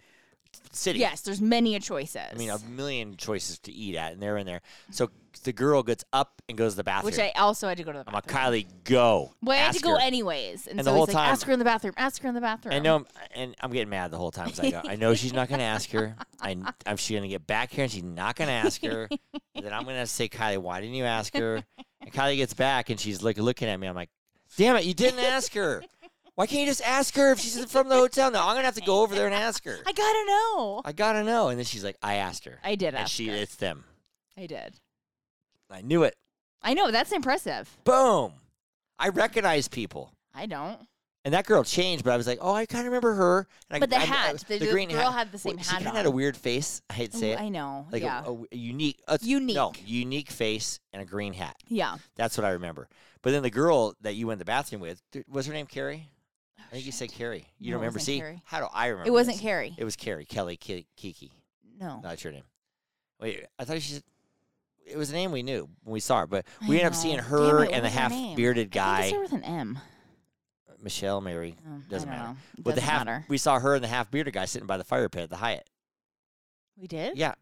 Speaker 2: city.
Speaker 1: yes. There's many a choices.
Speaker 2: I mean, a million choices to eat at, and they're in there. So the girl gets up and goes to the bathroom.
Speaker 1: which I also had to go to the
Speaker 2: I'm like,
Speaker 1: bathroom.
Speaker 2: Kylie, go.
Speaker 1: well, I had to
Speaker 2: Ask
Speaker 1: go
Speaker 2: her."
Speaker 1: anyways, and,
Speaker 2: And the
Speaker 1: so
Speaker 2: whole
Speaker 1: he's like,
Speaker 2: time-
Speaker 1: ask her in the bathroom. Ask her in the bathroom.
Speaker 2: I know, and I'm getting mad the whole time. 'cause I go, I know she's not going to ask her. I, I'm she's going to get back here, and she's not going to ask her. And then I'm going to say, Kylie, why didn't you ask her? And Kylie gets back, and she's like looking at me. I'm like, damn it, you didn't ask her. Why can't you just ask her if she's from the hotel? No, I'm going to have to go over there and ask her.
Speaker 1: I gotta know.
Speaker 2: I gotta know. And then she's like, I asked her.
Speaker 1: I did
Speaker 2: and
Speaker 1: ask
Speaker 2: she,
Speaker 1: her.
Speaker 2: it's them.
Speaker 1: I did.
Speaker 2: I knew it.
Speaker 1: I know. That's impressive.
Speaker 2: Boom. I recognize people.
Speaker 1: I don't.
Speaker 2: And that girl changed, but I was like, oh, I kind of remember her. And I,
Speaker 1: But the
Speaker 2: I- I-
Speaker 1: hat, the, the
Speaker 2: green
Speaker 1: girl
Speaker 2: hat.
Speaker 1: had the same
Speaker 2: Well,
Speaker 1: hat
Speaker 2: She
Speaker 1: on.
Speaker 2: kind of had a weird face. I hate to say
Speaker 1: Ooh,
Speaker 2: it.
Speaker 1: I know.
Speaker 2: like a-
Speaker 1: yeah.
Speaker 2: a, w- a unique, a, no,
Speaker 1: Unique.
Speaker 2: unique face and a green hat.
Speaker 1: yeah.
Speaker 2: That's what I remember. But then the girl that you went to the bathroom with th- was her name Carrie. I think you said Carrie. You
Speaker 1: Oh, No, it
Speaker 2: don't remember?
Speaker 1: wasn't
Speaker 2: See,
Speaker 1: Carrie.
Speaker 2: how do I remember?
Speaker 1: It wasn't
Speaker 2: this?
Speaker 1: Carrie.
Speaker 2: It was Carrie Kelly Ki- Kiki.
Speaker 1: no.
Speaker 2: No, that's your name. Wait, I thought she. said- It was a name we knew when we saw her, but we ended up seeing
Speaker 1: know. Damn
Speaker 2: her
Speaker 1: it, what
Speaker 2: and the
Speaker 1: was her
Speaker 2: half
Speaker 1: name?
Speaker 2: bearded
Speaker 1: I
Speaker 2: guy,
Speaker 1: think it started with an M.
Speaker 2: Michelle Mary.
Speaker 1: Oh,
Speaker 2: Doesn't
Speaker 1: I don't
Speaker 2: matter.
Speaker 1: Know. It
Speaker 2: With the
Speaker 1: doesn't
Speaker 2: half,
Speaker 1: matter.
Speaker 2: we saw her and the half bearded guy sitting by the fire pit at the Hyatt.
Speaker 1: We did.
Speaker 2: Yeah,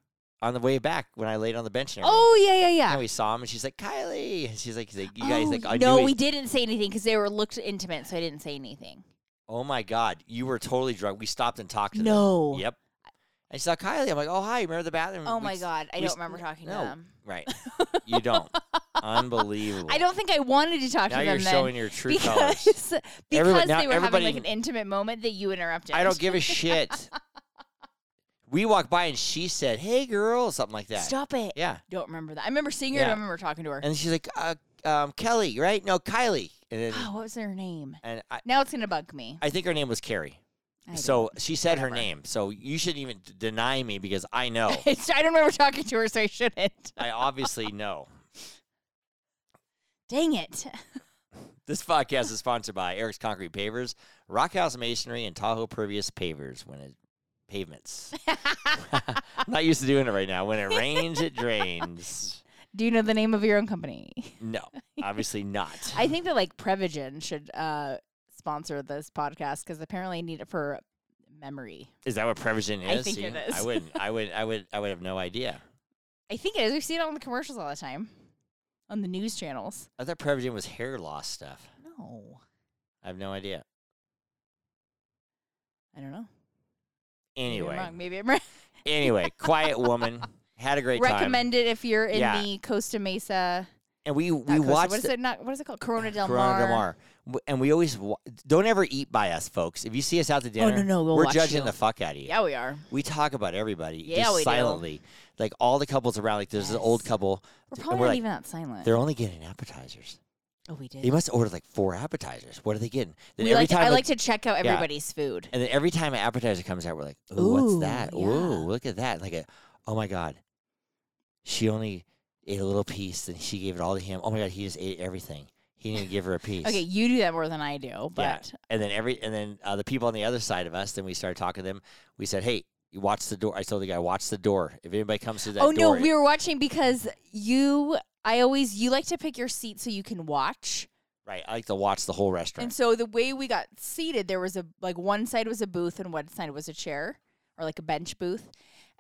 Speaker 2: on the way back when I laid on the bench and everything.
Speaker 1: Oh yeah, yeah,
Speaker 2: And
Speaker 1: yeah.
Speaker 2: we saw him, and she's like, "Kylie," and she's like, he's like "You guys
Speaker 1: Oh,
Speaker 2: like, I
Speaker 1: no,
Speaker 2: knew
Speaker 1: we
Speaker 2: he-
Speaker 1: didn't say anything because they were looked intimate, so I didn't say anything.
Speaker 2: Oh my God, you were totally drunk. We stopped and talked to
Speaker 1: No.
Speaker 2: them. Yep. And she saw Kylie. I'm like, "Oh hi, remember the bathroom?"
Speaker 1: Oh
Speaker 2: We
Speaker 1: my
Speaker 2: s-
Speaker 1: god, I
Speaker 2: we
Speaker 1: don't
Speaker 2: s-
Speaker 1: remember talking
Speaker 2: no.
Speaker 1: to them.
Speaker 2: Right. You don't. Unbelievable.
Speaker 1: I don't think I wanted to talk
Speaker 2: Now
Speaker 1: to
Speaker 2: you're
Speaker 1: them then
Speaker 2: showing your true colors.
Speaker 1: because because
Speaker 2: Everybody- now
Speaker 1: they were having
Speaker 2: everybody-
Speaker 1: like an intimate moment that you interrupted.
Speaker 2: I don't give a shit. we walked by and she said, "Hey, girl," something like that.
Speaker 1: Stop it.
Speaker 2: Yeah,
Speaker 1: Don't remember that. I remember seeing her. I
Speaker 2: Yeah.
Speaker 1: don't remember talking to her.
Speaker 2: and she's like, uh, um, "Kelly, right? No, Kylie." And then,
Speaker 1: Oh, what was her name?
Speaker 2: and I,
Speaker 1: Now it's gonna bug me.
Speaker 2: I think her name was Carrie.
Speaker 1: I
Speaker 2: so she said her
Speaker 1: Whatever.
Speaker 2: name. So you shouldn't even d- deny me because I know.
Speaker 1: don't- It's- I don't remember talking to her, so I shouldn't.
Speaker 2: I obviously know.
Speaker 1: Dang it!
Speaker 2: This podcast is sponsored by Eric's Concrete Pavers, Rock House Masonry, and Tahoe Pervious Pavers. When it pavements, I'm not used to doing it right now. When it rains, it drains.
Speaker 1: Do you know the name of your own company?
Speaker 2: No, obviously not.
Speaker 1: I think that like Prevagen should uh, sponsor this podcast because apparently I need it for memory.
Speaker 2: Is that what Prevagen
Speaker 1: I
Speaker 2: is?
Speaker 1: think it
Speaker 2: I
Speaker 1: is.
Speaker 2: wouldn't. I would. I would. I would have no idea.
Speaker 1: I think it is. We see it on the commercials all the time, on the news channels.
Speaker 2: I thought Prevagen was hair loss stuff.
Speaker 1: No,
Speaker 2: I have no idea.
Speaker 1: I don't know. Maybe
Speaker 2: Anyway,
Speaker 1: I'm wrong. Maybe I'm right.
Speaker 2: anyway, quiet woman had a great time.
Speaker 1: Recommend it if you're in
Speaker 2: Yeah.
Speaker 1: the Costa Mesa.
Speaker 2: And we we
Speaker 1: not Costa,
Speaker 2: watched
Speaker 1: What is
Speaker 2: the-
Speaker 1: it? Not what is it called? Corona del
Speaker 2: Corona
Speaker 1: Mar.
Speaker 2: Del Mar. W- And we always wa- don't ever eat by us, folks. If you see us out to
Speaker 1: Oh, no,
Speaker 2: dinner,
Speaker 1: no, we'll
Speaker 2: we're
Speaker 1: watch
Speaker 2: judging
Speaker 1: you.
Speaker 2: the fuck out of you.
Speaker 1: Yeah, we are.
Speaker 2: We talk about everybody
Speaker 1: Yeah,
Speaker 2: just
Speaker 1: we do.
Speaker 2: silently. Like all the couples around, like there's an old
Speaker 1: Yes.
Speaker 2: couple.
Speaker 1: We're
Speaker 2: and
Speaker 1: probably
Speaker 2: we're
Speaker 1: not
Speaker 2: like,
Speaker 1: even that silent.
Speaker 2: They're only getting appetizers.
Speaker 1: Oh, we did.
Speaker 2: They must order like four appetizers. What are they getting? Then
Speaker 1: We
Speaker 2: every
Speaker 1: like to-
Speaker 2: time
Speaker 1: I
Speaker 2: a-
Speaker 1: like to check out everybody's food.
Speaker 2: and then every time an appetizer comes out, we're like, "Ooh, what's
Speaker 1: Ooh,
Speaker 2: that?
Speaker 1: yeah.
Speaker 2: Ooh, look at that!" Like, a, "Oh my god, she only ate a little piece, and she gave it all to him." Oh my god, he just ate everything. He didn't give her a piece.
Speaker 1: Okay, you do that more than I do,
Speaker 2: Yeah.
Speaker 1: but
Speaker 2: and then every and then uh, the people on the other side of us then we started talking to them we said hey You watch the door. I told the guy, watch the door. If anybody comes through that
Speaker 1: oh
Speaker 2: door,
Speaker 1: no, we were watching because you. I always you like to pick your seat so you can watch.
Speaker 2: right. I like to watch the whole
Speaker 1: And
Speaker 2: restaurant.
Speaker 1: so the way we got seated, there was a like one side was a booth and one side was a chair or like a bench booth.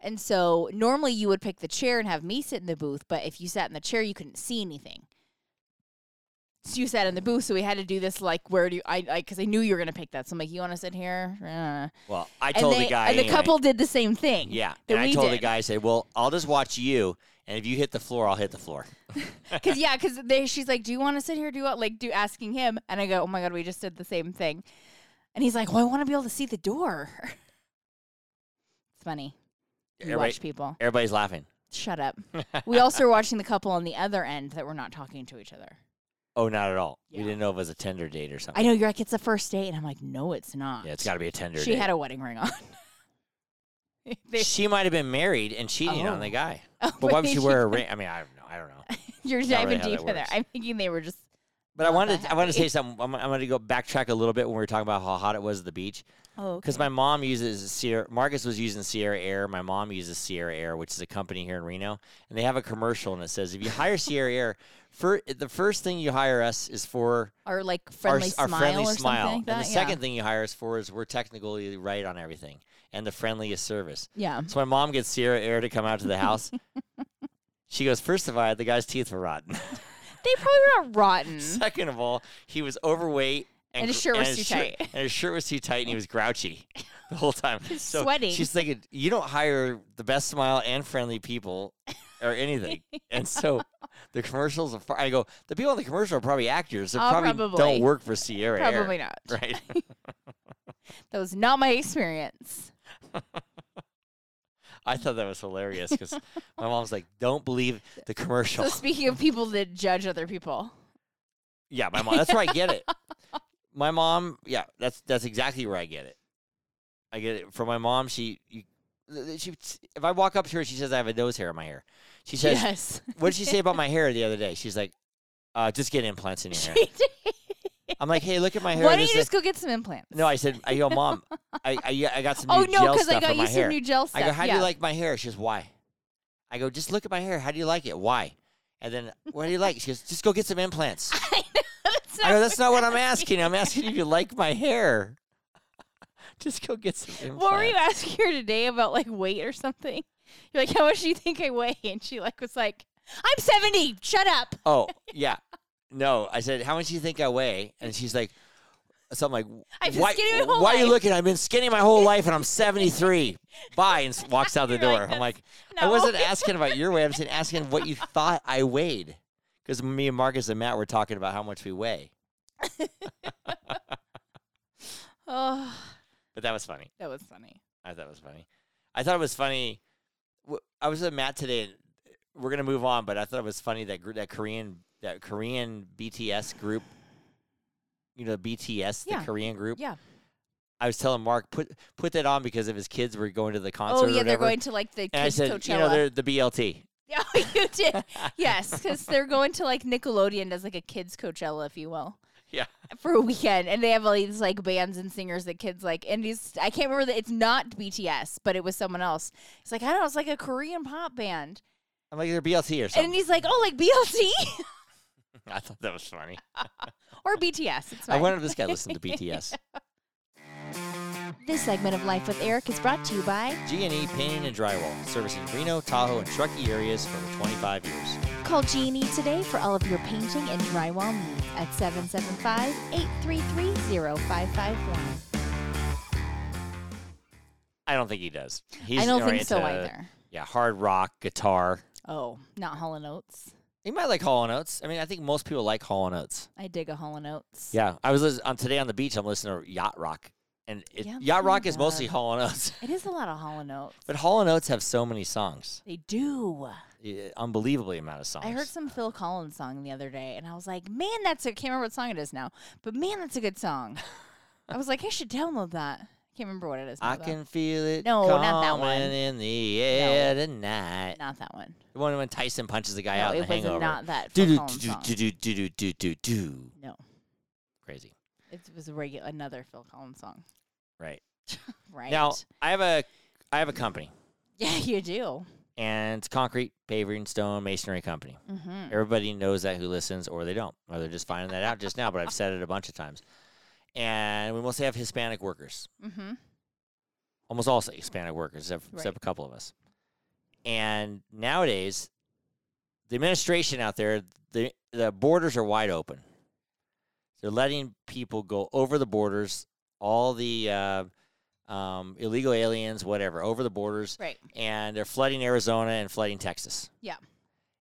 Speaker 1: And so normally you would pick the chair and have me sit in the booth, but if you sat in the chair, you couldn't see anything. So you sat in the booth, so we had to do this like where do you, I I because I knew you were gonna pick that. So I'm like, you want to sit here? Uh.
Speaker 2: well, I
Speaker 1: And
Speaker 2: told
Speaker 1: they-
Speaker 2: the guy.
Speaker 1: and the
Speaker 2: anyway.
Speaker 1: couple did the same thing.
Speaker 2: Yeah.
Speaker 1: that
Speaker 2: And I
Speaker 1: we
Speaker 2: told the
Speaker 1: did.
Speaker 2: guy, I said, well, I'll just watch you. And if you hit the floor, I'll hit the floor.
Speaker 1: Cause yeah, cause they, she's like, "Do you want to sit here? Do you want, like do asking him?" And I go, "Oh my god, we just did the same thing." And he's like, "Well, I want to be able to see the door." it's funny. We
Speaker 2: Everybody-
Speaker 1: watch people.
Speaker 2: Everybody's laughing.
Speaker 1: Shut up. we also are watching the couple on the other end that were not talking to each other.
Speaker 2: Oh, not at all.
Speaker 1: Yeah.
Speaker 2: We didn't know if it was a tender date or
Speaker 1: I
Speaker 2: something.
Speaker 1: know you're like, "It's the first date," and I'm like, "No, it's not."
Speaker 2: Yeah, it's got to be a tender
Speaker 1: she
Speaker 2: date.
Speaker 1: had a wedding ring on. They-
Speaker 2: she might have been married and cheating on
Speaker 1: Oh.
Speaker 2: the guy.
Speaker 1: Oh,
Speaker 2: But why would
Speaker 1: wait,
Speaker 2: she wear a ring? I mean, I don't know. I don't know.
Speaker 1: You're
Speaker 2: not really
Speaker 1: diving
Speaker 2: how that
Speaker 1: deep in there.
Speaker 2: works.
Speaker 1: I'm thinking they were just.
Speaker 2: But I
Speaker 1: Not
Speaker 2: wanted
Speaker 1: that
Speaker 2: to, I want to
Speaker 1: happy.
Speaker 2: say something. I'm, I'm going to go backtrack a little bit when we were talking about how hot it was at the beach.
Speaker 1: Oh,
Speaker 2: Because my mom uses Sierra. Marcus was using Sierra Air. My mom uses Sierra Air, which is a company here in Reno, and they have a commercial and it says, "If you hire Sierra Air, fir- the first thing you hire us is for
Speaker 1: Or like
Speaker 2: our,
Speaker 1: friendly
Speaker 2: s- our
Speaker 1: smile
Speaker 2: friendly
Speaker 1: or
Speaker 2: smile,
Speaker 1: something like that.
Speaker 2: and the
Speaker 1: yeah.
Speaker 2: second thing you hire us for is we're technically right on everything and the friendliest service."
Speaker 1: Yeah.
Speaker 2: So my mom gets Sierra Air to come out to the house. she goes, first of all, the guy's teeth were rotten.
Speaker 1: Mm-hmm. They probably were not rotten.
Speaker 2: Second of all, he was overweight.
Speaker 1: And his
Speaker 2: gr-
Speaker 1: shirt was too tight.
Speaker 2: And his shirt was too tight, and he was grouchy the whole time. So
Speaker 1: sweating.
Speaker 2: She's thinking, you don't hire the best smile and friendly people or anything. And so the commercials are. Far- I go, the people in the commercial are probably actors. They
Speaker 1: Oh,
Speaker 2: probably,
Speaker 1: probably.
Speaker 2: don't work for Sierra. Air,
Speaker 1: Probably not.
Speaker 2: Right.
Speaker 1: That was not my experience.
Speaker 2: I thought that was hilarious because my mom's like, don't believe the commercial.
Speaker 1: So speaking of people that judge other people,
Speaker 2: Yeah, my mom. That's where I get it. My mom. Yeah, that's that's exactly where I get it. I get it from my mom. She, you, th- th- she. If I walk up to her, she says I have a nose hair in my hair. She says,
Speaker 1: yes,
Speaker 2: "What did she say about my hair the other day?" She's like, uh, "Just get implants in your hair."
Speaker 1: She did.
Speaker 2: I'm like, "Hey, look at my hair."
Speaker 1: why don't
Speaker 2: this
Speaker 1: you
Speaker 2: is-"
Speaker 1: just go get some implants?
Speaker 2: no, I said, I, "Yo, mom, I, I I got some
Speaker 1: oh
Speaker 2: new
Speaker 1: no,
Speaker 2: gel
Speaker 1: because
Speaker 2: stuff
Speaker 1: I got
Speaker 2: on my
Speaker 1: you some
Speaker 2: hair."
Speaker 1: new gel stuff.
Speaker 2: I go, "How do
Speaker 1: yeah.
Speaker 2: you like my hair?" She goes, "Why?" I go, "Just look at my hair. How do you like it? Why?" And then, "What do you like?" She goes, "Just go get some implants."
Speaker 1: That's
Speaker 2: I go,
Speaker 1: not-
Speaker 2: that's not what I'm asking. I'm asking if you like my hair. Just go get some implants.
Speaker 1: what were you asking her today about like weight or something? You're like, how much do you think I weigh? And she like was like, I'm 70. Shut up.
Speaker 2: Oh, yeah. No, I said, how much do you think I weigh? And she's like, something like,
Speaker 1: I've been
Speaker 2: why,
Speaker 1: skinny my whole
Speaker 2: why are you
Speaker 1: life."
Speaker 2: looking? I've been skinny my whole life and I'm 73. Bye. And s- walks out the
Speaker 1: You're like,
Speaker 2: door. I'm
Speaker 1: "That's-
Speaker 2: like,
Speaker 1: No,
Speaker 2: I wasn't asking about your weight. I'm saying, asking what you thought I weighed. Because me and Marcus and Matt were talking about how much we weigh.
Speaker 1: Oh,
Speaker 2: But that was funny.
Speaker 1: that was funny.
Speaker 2: I thought it was funny. I thought it was funny. w- I was with Matt today. And uh, we're gonna move on, but I thought it was funny that gr- that Korean that Korean BTS group. You know BTS, the
Speaker 1: Yeah.
Speaker 2: Korean group.
Speaker 1: Yeah.
Speaker 2: I was telling Mark put put that on because if his kids were going to the concert.
Speaker 1: oh yeah,
Speaker 2: or
Speaker 1: they're
Speaker 2: whatever,
Speaker 1: going to like the
Speaker 2: And I
Speaker 1: kids
Speaker 2: said,
Speaker 1: Coachella.
Speaker 2: you know, they're the BLT.
Speaker 1: Yeah, you did. Yes, because they're going to like Nickelodeon as like a kids Coachella, if you will.
Speaker 2: Yeah.
Speaker 1: For a weekend, and they have all these like bands and singers that kids like, and these I can't remember that it's not BTS, but it was someone else. It's like I don't know, it's like a Korean pop band,
Speaker 2: I'm like they're BLT or something.
Speaker 1: and he's like, oh, like BLT
Speaker 2: I thought that was funny.
Speaker 1: or BTS. It's
Speaker 2: I
Speaker 1: fine.
Speaker 2: wonder if this guy listened to BTS.
Speaker 1: This segment of Life with Eric is brought to you by
Speaker 2: G&E Painting and Drywall, servicing Reno, Tahoe, and Truckee areas for over 25 years.
Speaker 1: Call G&E today for all of your painting and drywall needs at 775-833-0551.
Speaker 2: I don't think he does. He's
Speaker 1: I don't
Speaker 2: more
Speaker 1: think so
Speaker 2: into,
Speaker 1: either.
Speaker 2: Yeah, hard rock, guitar.
Speaker 1: Oh, not Hall & Oates.
Speaker 2: He might like Hall & Oates. I mean, I think most people like Hall & Oates.
Speaker 1: I dig a Hall & Oates.
Speaker 2: Yeah, I was lis- on today on the beach. I'm listening to yacht rock, and it,
Speaker 1: Yeah,
Speaker 2: yacht
Speaker 1: oh
Speaker 2: rock
Speaker 1: my
Speaker 2: is mostly
Speaker 1: God.
Speaker 2: Hall & Oates.
Speaker 1: It is a lot of Hall & Oates.
Speaker 2: But Hall & Oates have so many songs,
Speaker 1: They do.
Speaker 2: I- unbelievably amount of songs.
Speaker 1: I heard some Phil Collins song the other day, and I was like, man, that's a, can't remember what song it is now, but man, that's a good song. I was like, I should download that. Can't remember what it is. uh, now,
Speaker 2: I
Speaker 1: though.
Speaker 2: can feel it
Speaker 1: No, not that
Speaker 2: coming
Speaker 1: one.
Speaker 2: in the air tonight.
Speaker 1: Not that one.
Speaker 2: The one when Tyson punches the guy
Speaker 1: no,
Speaker 2: out in
Speaker 1: it
Speaker 2: The
Speaker 1: was
Speaker 2: Hangover.
Speaker 1: not that
Speaker 2: do
Speaker 1: Phil
Speaker 2: do
Speaker 1: Collins
Speaker 2: do
Speaker 1: song.
Speaker 2: do do do do do do.
Speaker 1: No,
Speaker 2: Crazy,
Speaker 1: it was a regular another Phil Collins song.
Speaker 2: right?
Speaker 1: Right.
Speaker 2: Now I have a I have a company,
Speaker 1: Yeah, you do.
Speaker 2: and it's concrete, paving, stone, masonry company.
Speaker 1: Mm-hmm.
Speaker 2: Everybody knows that who listens, or they don't, or they're just finding that out just now. But I've said it a bunch of times, and we mostly have Hispanic workers.
Speaker 1: Mm-hmm.
Speaker 2: almost all say Hispanic workers, except,
Speaker 1: Right.
Speaker 2: except a couple of us. And nowadays, the administration out there, the the borders are wide open. They're letting people go over the borders, all the uh, um, illegal aliens, whatever, over the borders,
Speaker 1: Right.
Speaker 2: and they're flooding Arizona and flooding Texas.
Speaker 1: Yeah.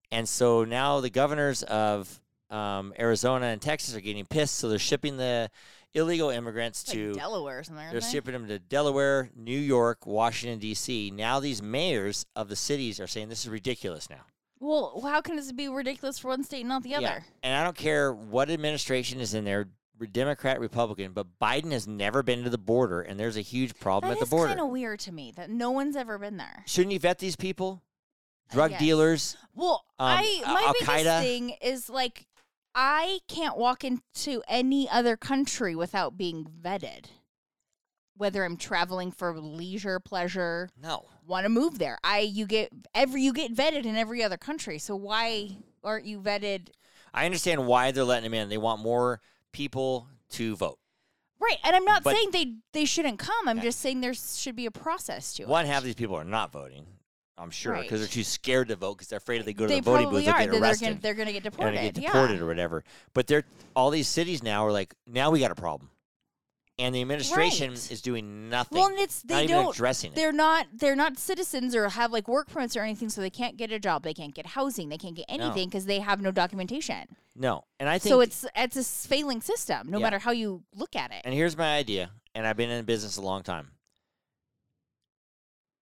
Speaker 2: And so now the governors of um, Arizona and Texas are getting pissed, so they're shipping the illegal immigrants
Speaker 1: It's
Speaker 2: to
Speaker 1: like Delaware or something. aren't
Speaker 2: they're
Speaker 1: they?
Speaker 2: shipping them to Delaware, New York, Washington D.C. Now these mayors of the cities are saying this is ridiculous now.
Speaker 1: Well, how can this be ridiculous for one state and not the other?
Speaker 2: And I don't care what administration is in there, re- Democrat, Republican, but Biden has never been to the border, and there's a huge problem
Speaker 1: That
Speaker 2: at the
Speaker 1: is
Speaker 2: border.
Speaker 1: kind of weird to me that no one's ever been there.
Speaker 2: Shouldn't you vet these people? Drug
Speaker 1: guess.
Speaker 2: dealers.
Speaker 1: Well,
Speaker 2: Um,
Speaker 1: I
Speaker 2: Al-
Speaker 1: my
Speaker 2: Al-Qaeda?
Speaker 1: biggest thing is like I can't walk into any other country without being vetted. Whether I'm traveling for leisure, pleasure,
Speaker 2: No.
Speaker 1: want to move there, I you get every you get vetted in every other country. So why aren't you vetted?
Speaker 2: I understand why they're letting them in. They want more people to vote.
Speaker 1: Right, and I'm not
Speaker 2: But-
Speaker 1: saying they they shouldn't come. I'm just saying there should be a process to it.
Speaker 2: One, half these people are not voting, I'm sure, because
Speaker 1: Right.
Speaker 2: they're too scared to vote because they're afraid if they go to
Speaker 1: they
Speaker 2: the voting
Speaker 1: probably
Speaker 2: booth, they'll
Speaker 1: are.
Speaker 2: get
Speaker 1: They're,
Speaker 2: arrested.
Speaker 1: gonna, they're gonna get deported.
Speaker 2: and to get
Speaker 1: yeah.
Speaker 2: deported or whatever. But they're all these cities now are like, now we got a problem, and the administration
Speaker 1: Right.
Speaker 2: is doing nothing.
Speaker 1: Well, and it's they
Speaker 2: not even
Speaker 1: don't
Speaker 2: addressing it.
Speaker 1: they're not they're not citizens or have like work permits or anything so they can't get a job they can't get housing they can't get
Speaker 2: No.
Speaker 1: anything because they have no documentation
Speaker 2: No, and I think
Speaker 1: so it's it's a s- failing system no
Speaker 2: Yeah.
Speaker 1: matter how you look at it
Speaker 2: And here's my idea, and I've been in business a long time.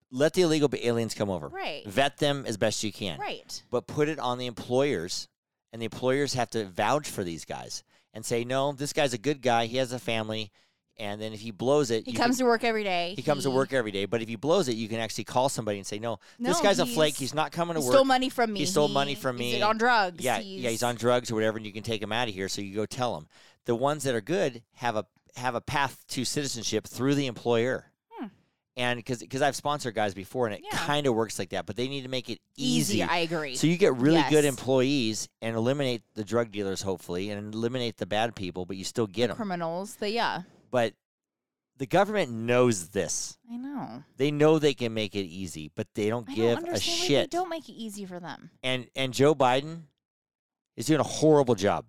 Speaker 2: Let the illegal aliens come over.
Speaker 1: Right.
Speaker 2: Vet them as best you can.
Speaker 1: right
Speaker 2: But put it on the employers, and the employers have to vouch for these guys and say, no, this guy's a good guy. He has a family, and then if he blows it,
Speaker 1: he
Speaker 2: you can-
Speaker 1: comes to work every day
Speaker 2: He comes to work every day, but if he blows it, you can actually call somebody and say, "No, this
Speaker 1: No,
Speaker 2: guy's a flake.
Speaker 1: he's-
Speaker 2: He's not coming to
Speaker 1: he
Speaker 2: work.
Speaker 1: stole money from me
Speaker 2: He stole money from
Speaker 1: he's
Speaker 2: me.
Speaker 1: on drugs
Speaker 2: yeah, yeah, he's on drugs or whatever, and you can take him out of here. So you go tell him. The ones that are good have a have a path to citizenship through the employer,
Speaker 1: Hmm.
Speaker 2: and because I've sponsored guys before, and it
Speaker 1: Yeah.
Speaker 2: kind of works like that, but they need to make it
Speaker 1: easy
Speaker 2: easy.
Speaker 1: i agree
Speaker 2: so you get really
Speaker 1: Yes.
Speaker 2: good employees and eliminate the drug dealers, hopefully, and eliminate the bad people, but you still get them.
Speaker 1: criminals they yeah
Speaker 2: But the government knows this.
Speaker 1: i know
Speaker 2: They know they can make it easy, but they don't
Speaker 1: I
Speaker 2: give
Speaker 1: don't
Speaker 2: a
Speaker 1: understand why
Speaker 2: shit.
Speaker 1: they don't make it easy for them
Speaker 2: And and Joe Biden is doing a horrible job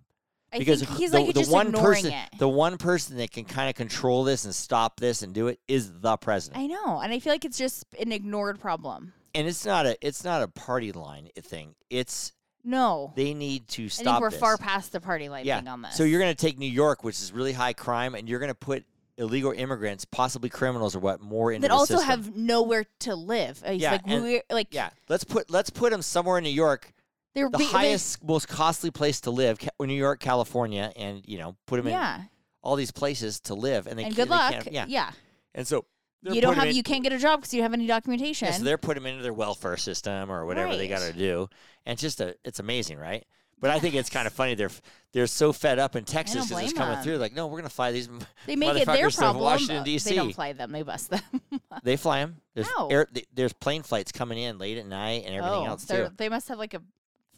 Speaker 1: I
Speaker 2: because
Speaker 1: think he's
Speaker 2: the,
Speaker 1: like
Speaker 2: the
Speaker 1: just
Speaker 2: one
Speaker 1: ignoring
Speaker 2: person,
Speaker 1: it
Speaker 2: the one person that can kind of control this and stop this and do it is the president.
Speaker 1: I know, and I feel like it's just an ignored problem.
Speaker 2: and it's not a it's not a party line thing. It's
Speaker 1: No,
Speaker 2: they need to
Speaker 1: I
Speaker 2: stop.
Speaker 1: think we're
Speaker 2: this.
Speaker 1: far past the party line
Speaker 2: yeah.
Speaker 1: thing on this.
Speaker 2: So you're going to take New York, which is really high crime, and you're going to put illegal immigrants, possibly criminals or what, more into
Speaker 1: that
Speaker 2: the
Speaker 1: also
Speaker 2: system.
Speaker 1: have nowhere to live. Uh, It's
Speaker 2: Yeah,
Speaker 1: like
Speaker 2: and-
Speaker 1: we're like
Speaker 2: yeah. Let's put let's put them somewhere in New York
Speaker 1: they're
Speaker 2: the
Speaker 1: be- they-
Speaker 2: highest, most costly place to live, Ca- New York, California, and you know, put them in
Speaker 1: yeah,
Speaker 2: all these places to live, and they
Speaker 1: and
Speaker 2: ca-
Speaker 1: good
Speaker 2: they
Speaker 1: luck.
Speaker 2: can't-
Speaker 1: yeah,
Speaker 2: yeah. And so they're
Speaker 1: you don't
Speaker 2: put 'em
Speaker 1: have
Speaker 2: in-
Speaker 1: you can't get a job because you don't have any documentation.
Speaker 2: yeah, so they're putting them into their welfare system or whatever they got to
Speaker 1: Right.
Speaker 2: do, and it's just a, it's amazing, right? But I think it's kind of funny they're f- they're so fed up in Texas because it's
Speaker 1: blame
Speaker 2: coming
Speaker 1: 'em.
Speaker 2: through. Like, no, we're gonna fly these. m-
Speaker 1: They make it
Speaker 2: motherfuckers
Speaker 1: their
Speaker 2: to
Speaker 1: problem.
Speaker 2: Washington,
Speaker 1: uh,
Speaker 2: D.C..
Speaker 1: They don't fly them; they bus them.
Speaker 2: They fly them. There's
Speaker 1: Uh, How?
Speaker 2: air, th- there's plane flights coming in late at night and
Speaker 1: oh,
Speaker 2: everything else too.
Speaker 1: they're- they must have like a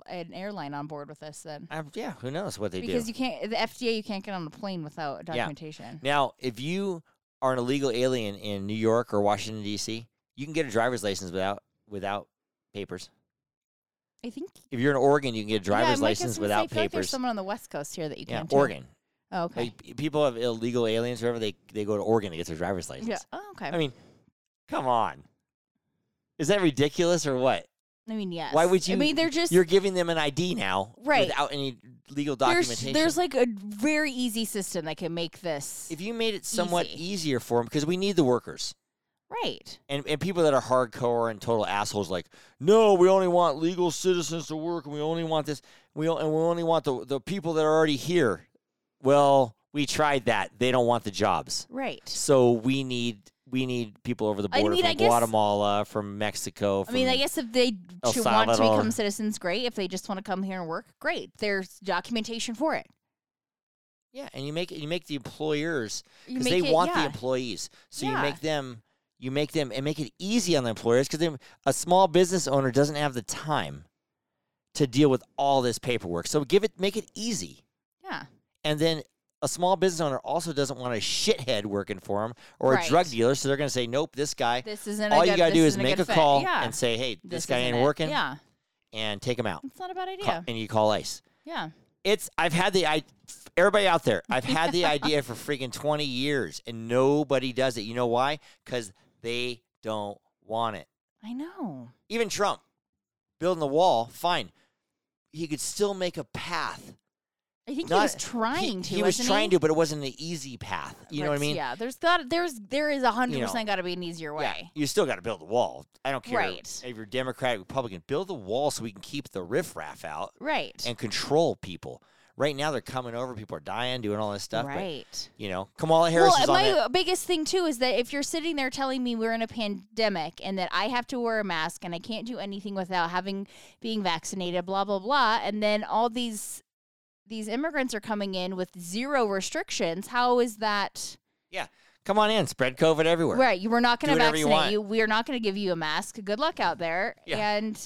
Speaker 1: an airline on board with this then,
Speaker 2: Um, yeah, who knows what they do?
Speaker 1: because you can't the FDA you can't get on a plane without documentation.
Speaker 2: Now, if you are an illegal alien in New York or Washington D.C., you can get a driver's license without without papers.
Speaker 1: I think
Speaker 2: If you're in Oregon, you can get a
Speaker 1: yeah,
Speaker 2: driver's
Speaker 1: I'm like, I was
Speaker 2: license
Speaker 1: gonna say, I
Speaker 2: without
Speaker 1: feel Like there's
Speaker 2: papers.
Speaker 1: someone on the West Coast here that you
Speaker 2: yeah,
Speaker 1: can. too.
Speaker 2: Oregon.
Speaker 1: Oh, okay.
Speaker 2: Like, p- people have illegal aliens, wherever they they go to Oregon to get their driver's license.
Speaker 1: yeah. Oh, okay.
Speaker 2: I mean, come on. Is that ridiculous or what?
Speaker 1: I mean, yes.
Speaker 2: Why would you?
Speaker 1: I mean, they're just
Speaker 2: you're giving them an ID now,
Speaker 1: Right.
Speaker 2: Without any legal
Speaker 1: there's
Speaker 2: documentation.
Speaker 1: there's like a very easy system that can make this
Speaker 2: if you made it somewhat
Speaker 1: Easy.
Speaker 2: easier for them, because we need the workers.
Speaker 1: right.
Speaker 2: and, and people that are hardcore and total assholes like no we only want legal citizens to work and we only want this we o- and we only want the, the people that are already here well we tried that they don't want the jobs
Speaker 1: Right.
Speaker 2: so we need we need people over the
Speaker 1: I
Speaker 2: border
Speaker 1: mean,
Speaker 2: from
Speaker 1: I guess-
Speaker 2: guatemala from mexico
Speaker 1: I
Speaker 2: from,
Speaker 1: mean, I guess if they
Speaker 2: El
Speaker 1: should want to
Speaker 2: Salvador.
Speaker 1: become citizens, great. If they just want to come here and work, great. There's documentation for it.
Speaker 2: yeah and you make you make the employers
Speaker 1: You
Speaker 2: because
Speaker 1: make
Speaker 2: they
Speaker 1: it,
Speaker 2: want
Speaker 1: yeah.
Speaker 2: the employees so you
Speaker 1: Yeah.
Speaker 2: make them you make them and make it easy on the employers because a small business owner doesn't have the time to deal with all this paperwork. So give it, make it easy.
Speaker 1: Yeah.
Speaker 2: And then a small business owner also doesn't want a shithead working for him or
Speaker 1: Right.
Speaker 2: a drug dealer. So they're going to say, nope, this guy.
Speaker 1: This isn't.
Speaker 2: all
Speaker 1: a good,
Speaker 2: you got to do
Speaker 1: this
Speaker 2: is
Speaker 1: isn't
Speaker 2: make
Speaker 1: good
Speaker 2: a
Speaker 1: fit.
Speaker 2: call
Speaker 1: yeah.
Speaker 2: and say, hey, this,
Speaker 1: This
Speaker 2: guy
Speaker 1: isn't
Speaker 2: ain't
Speaker 1: it.
Speaker 2: working
Speaker 1: Yeah.
Speaker 2: and take him out.
Speaker 1: It's not a bad idea.
Speaker 2: Call- and you call ICE.
Speaker 1: Yeah.
Speaker 2: It's, I've had the, I, everybody out there, I've had the idea for freaking 20 years and nobody does it. You know why? Because they don't want it.
Speaker 1: I know.
Speaker 2: even Trump building the wall, fine. He could still make a path.
Speaker 1: I think
Speaker 2: Not-
Speaker 1: he was trying
Speaker 2: he,
Speaker 1: to.
Speaker 2: He was
Speaker 1: wasn't
Speaker 2: trying to, but it wasn't an easy path. You know what I
Speaker 1: But
Speaker 2: mean?
Speaker 1: Yeah. There's got. There's there is a hundred percent got to be an easier
Speaker 2: Yeah,
Speaker 1: way.
Speaker 2: You still got to build the wall. I don't care
Speaker 1: Right.
Speaker 2: if you're Democrat, Republican. Build the wall so we can keep the riffraff out
Speaker 1: Right.
Speaker 2: and control people. Right now, they're coming over. People are dying, doing all this stuff. but,
Speaker 1: right.
Speaker 2: you know, Kamala Harris
Speaker 1: well,
Speaker 2: is on
Speaker 1: my
Speaker 2: that.
Speaker 1: biggest thing too is that if you're sitting there telling me we're in a pandemic and that I have to wear a mask and I can't do anything without having being vaccinated, blah blah blah, and then all these these immigrants are coming in with zero restrictions. How is that
Speaker 2: Come on in. Spread COVID everywhere.
Speaker 1: right? You we're not going
Speaker 2: Do
Speaker 1: to
Speaker 2: whatever you
Speaker 1: vaccinate
Speaker 2: want.
Speaker 1: you. We are not going to give you a mask. Good luck out there.
Speaker 2: Yeah.
Speaker 1: And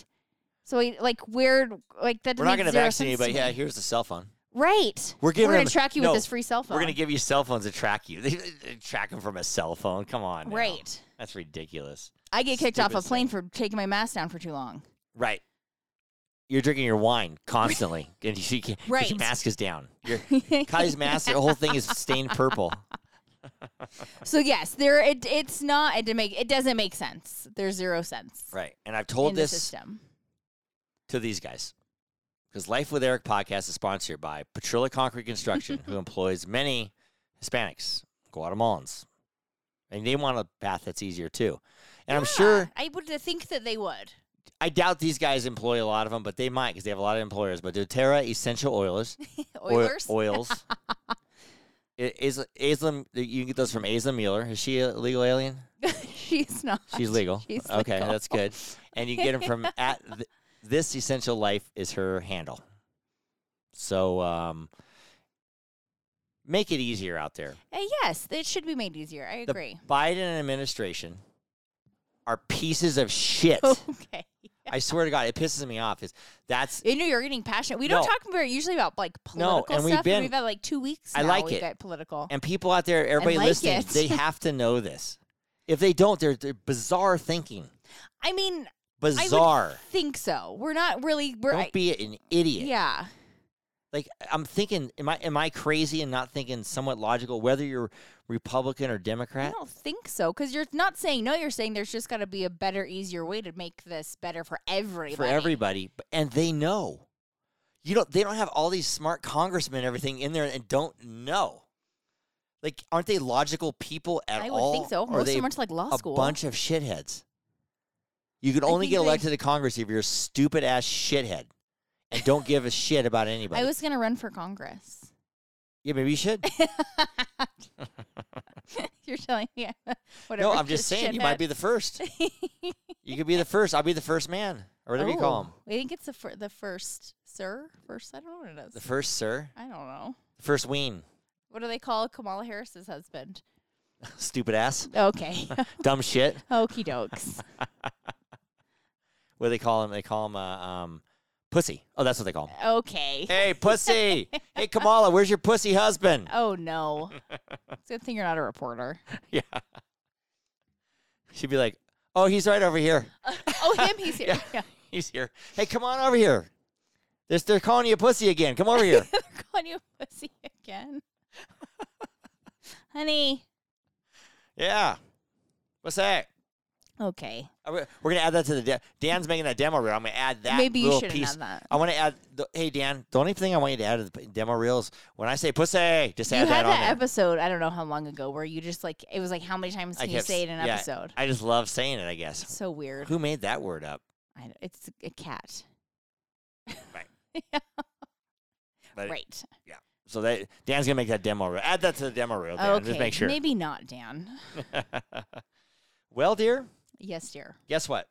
Speaker 1: so, we- like, where like that?
Speaker 2: We're not
Speaker 1: going
Speaker 2: going to
Speaker 1: to
Speaker 2: vaccinate you, but yeah, here's the cell phone.
Speaker 1: right.
Speaker 2: We're giving
Speaker 1: we're going
Speaker 2: them-
Speaker 1: to track you
Speaker 2: no,
Speaker 1: with this free cell phone.
Speaker 2: We're going to give you cell phones to track you. They track them from a cell phone. Come on. now.
Speaker 1: right.
Speaker 2: That's ridiculous.
Speaker 1: I get kicked off
Speaker 2: Stupid
Speaker 1: a plane for taking my mask down for too long.
Speaker 2: Right. You're drinking your wine constantly, and you see right. your
Speaker 1: Right.
Speaker 2: mask is down. Your Kylie's mask, the whole thing is stained purple.
Speaker 1: So yes, there it, it's not it to make it doesn't make sense. There's zero sense
Speaker 2: Right. And I've told
Speaker 1: in the
Speaker 2: this
Speaker 1: system.
Speaker 2: to these guys because Life with Eric podcast is sponsored by Patrilla Concrete Construction, who employs many Hispanics, Guatemalans, and they want a path that's easier too. And I'm sure
Speaker 1: Uh, I would think that they would.
Speaker 2: I doubt these guys employ a lot of them, but they might because they have a lot of employers. But DoTerra Essential Oilers, Oil-
Speaker 1: Oilers.
Speaker 2: oils. I- Is Islam? You can get those from Islam Mueller. Is she a legal alien?
Speaker 1: She's not.
Speaker 2: She's legal.
Speaker 1: She's
Speaker 2: okay,
Speaker 1: legal.
Speaker 2: that's good. And you can get them from at th- this essential life is her handle. So um, make it easier out there.
Speaker 1: Uh, yes, it should be made easier. I
Speaker 2: The
Speaker 1: agree.
Speaker 2: Biden administration are pieces of shit.
Speaker 1: okay.
Speaker 2: I swear to God, it pisses me off. Is that's
Speaker 1: You know you're getting passionate. We don't
Speaker 2: No.
Speaker 1: talk very usually about like
Speaker 2: No,
Speaker 1: political
Speaker 2: and we've
Speaker 1: stuff.
Speaker 2: been-
Speaker 1: we've had like two weeks.
Speaker 2: I
Speaker 1: now
Speaker 2: like
Speaker 1: we've
Speaker 2: it.
Speaker 1: got political.
Speaker 2: and people out there, everybody
Speaker 1: like
Speaker 2: listening,
Speaker 1: it.
Speaker 2: they have to know this. If they don't, they're, they're bizarre thinking.
Speaker 1: I mean,
Speaker 2: bizarre.
Speaker 1: I would think so. We're not really. We're I-
Speaker 2: Don't be an idiot.
Speaker 1: yeah.
Speaker 2: Like I'm thinking, am I am I crazy and not thinking somewhat logical? Whether you're Republican or
Speaker 1: I
Speaker 2: Democrat,
Speaker 1: don't think so because you're not saying no. You're saying there's just got to be a better, easier way to make this better for everybody.
Speaker 2: for everybody, b- and they know. You don't. They don't have all these smart congressmen, and everything in there, and don't know. Like, aren't they logical people at
Speaker 1: I would
Speaker 2: all?
Speaker 1: think so.
Speaker 2: Or Are
Speaker 1: Most of
Speaker 2: they
Speaker 1: them went to like law
Speaker 2: a
Speaker 1: school.
Speaker 2: bunch of shitheads? You can only
Speaker 1: think
Speaker 2: get
Speaker 1: they-
Speaker 2: elected to Congress if you're a stupid ass shithead and don't give a shit about anybody.
Speaker 1: I was gonna run for Congress.
Speaker 2: yeah, maybe you should.
Speaker 1: You're telling me whatever.
Speaker 2: no, I'm just saying you might be the first. You could be the first. I'll be the first man, or whatever
Speaker 1: Oh,
Speaker 2: you call him.
Speaker 1: I think it's the fir- the first sir. First, I don't know what it is.
Speaker 2: The first sir,
Speaker 1: I don't know.
Speaker 2: the first ween.
Speaker 1: What do they call Kamala Harris's husband?
Speaker 2: Stupid ass,
Speaker 1: Okay,
Speaker 2: dumb shit.
Speaker 1: okey dokes.
Speaker 2: What do they call him? They call him uh, um, pussy. Oh, that's what they call him.
Speaker 1: Okay.
Speaker 2: Hey, pussy. hey, Kamala, where's your pussy husband?
Speaker 1: Oh no. It's a good thing you're not a reporter.
Speaker 2: Yeah. She'd be like, oh, he's right over here.
Speaker 1: oh, him. He's here. Yeah.
Speaker 2: He's here. Hey, come on over here. This, they're calling you a pussy again. Come over here.
Speaker 1: They're calling you a pussy again. Honey.
Speaker 2: yeah. What's that?
Speaker 1: Okay.
Speaker 2: Uh, We're we're gonna add that to the de- Dan's making that demo reel. I'm gonna add that.
Speaker 1: Maybe you
Speaker 2: little
Speaker 1: shouldn't
Speaker 2: piece.
Speaker 1: have that.
Speaker 2: I want to add. The, hey Dan, the only thing I want you to add to the p- demo reel is when I say pussy, just
Speaker 1: you
Speaker 2: add
Speaker 1: had
Speaker 2: that, on
Speaker 1: that
Speaker 2: there.
Speaker 1: episode, I don't know how long ago, where you just like, it was like, how many times
Speaker 2: I
Speaker 1: can you
Speaker 2: kept
Speaker 1: say
Speaker 2: s-
Speaker 1: it in an
Speaker 2: yeah,
Speaker 1: episode?
Speaker 2: I just love saying it. I guess.
Speaker 1: so weird.
Speaker 2: Who made that word up?
Speaker 1: I know, it's a cat.
Speaker 2: But-
Speaker 1: Right.
Speaker 2: So that Dan's gonna make that demo reel. Add that to the demo reel. Dan,
Speaker 1: okay.
Speaker 2: Just make sure.
Speaker 1: Maybe not, Dan.
Speaker 2: well, dear,
Speaker 1: Yes, dear.
Speaker 2: guess what?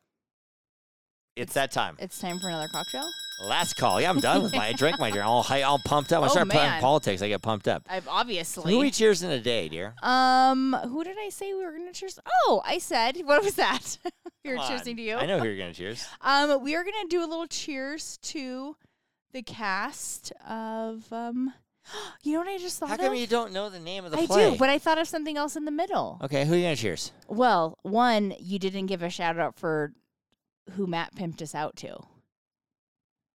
Speaker 2: It's that time.
Speaker 1: It's time for another cocktail.
Speaker 2: Last call. Yeah, I'm done with my. I drank my drink. I'm all, hi- all pumped up. I
Speaker 1: Oh,
Speaker 2: started playing
Speaker 1: man.
Speaker 2: politics. I get pumped up.
Speaker 1: I've obviously.
Speaker 2: Who we cheers in a day, dear?
Speaker 1: um, who did I say we were gonna cheers? Oh, I said what was that? we were
Speaker 2: Come on.
Speaker 1: cheersing to you.
Speaker 2: I know who you're gonna cheers.
Speaker 1: Um, we are gonna do a little cheers to the cast of um. You know what I just thought
Speaker 2: How
Speaker 1: of?
Speaker 2: come you don't know the name of the
Speaker 1: I
Speaker 2: play? Uh,
Speaker 1: do, but I thought of something else in the middle.
Speaker 2: okay, who are you gonna cheers?
Speaker 1: Well, one, you didn't give a shout out for who Matt pimped us out to.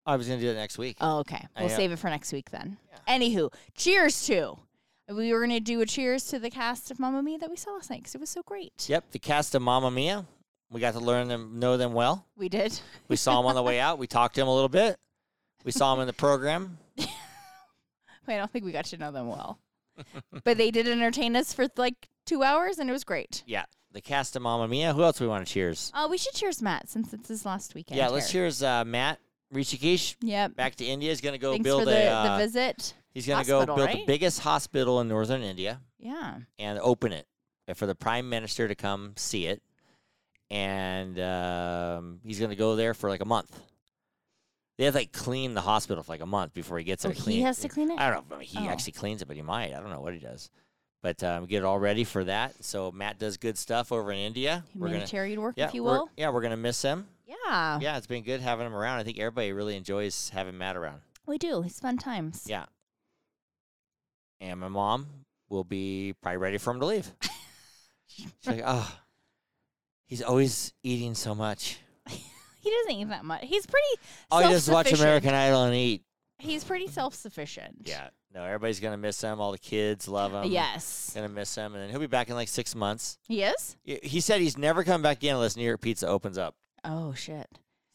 Speaker 2: I was gonna do that next week.
Speaker 1: Oh, okay.
Speaker 2: I uh,
Speaker 1: We'll
Speaker 2: know.
Speaker 1: save it for next week then. Anywho, cheers to. We were going to do a cheers to the cast of Mamma Mia that we saw last night because it was so great.
Speaker 2: Yep, the cast of Mamma Mia. We got to learn them, know them well.
Speaker 1: We did.
Speaker 2: We saw them on the way out. We talked to them a little bit. We saw them in the program.
Speaker 1: I don't think we got to know them well. but they did entertain us for like two hours and it was great.
Speaker 2: Yeah, the cast of Mamma Mia. Who else we want to cheers?
Speaker 1: Uh, we should cheers Matt since it's his last weekend.
Speaker 2: yeah, let's
Speaker 1: here.
Speaker 2: cheers. Uh, Matt Rishikesh
Speaker 1: Yep.
Speaker 2: back to India. He's gonna go
Speaker 1: Thanks
Speaker 2: build
Speaker 1: for the,
Speaker 2: a. uh,
Speaker 1: the visit.
Speaker 2: he's gonna go
Speaker 1: hospital,
Speaker 2: build the
Speaker 1: right?
Speaker 2: biggest hospital in northern India
Speaker 1: Yeah.
Speaker 2: and open it eh, for the prime minister to come see it. And um, he's gonna go there for like a month. They have to like clean the hospital for like a month before he gets
Speaker 1: Oh,
Speaker 2: there.
Speaker 1: he
Speaker 2: clean
Speaker 1: has to clean it?
Speaker 2: I don't know if he
Speaker 1: Oh.
Speaker 2: actually cleans it, but he might. I don't know what he does. But um, get it all ready for that. So Matt does good stuff over in India. We're gonna-
Speaker 1: Humanitarian work,
Speaker 2: yeah,
Speaker 1: if you
Speaker 2: we're-
Speaker 1: will. Oh.
Speaker 2: yeah, we're gonna miss him.
Speaker 1: Yeah.
Speaker 2: Yeah, it's been good having him around. I think everybody really enjoys having Matt around.
Speaker 1: We do. It's fun times.
Speaker 2: Yeah. And my mom will be probably ready for him to leave. She's like, oh, he's always eating so much.
Speaker 1: He doesn't eat that much. He's pretty
Speaker 2: All he does is watch
Speaker 1: self-sufficient.
Speaker 2: American Idol and eat.
Speaker 1: He's pretty self sufficient.
Speaker 2: Yeah. um, No, everybody's gonna miss him. All the kids love him.
Speaker 1: yes.
Speaker 2: Gonna miss him, and then he'll be back in like six months.
Speaker 1: He is?
Speaker 2: Y- He said he's never coming back again unless New York Pizza opens up.
Speaker 1: Oh shit.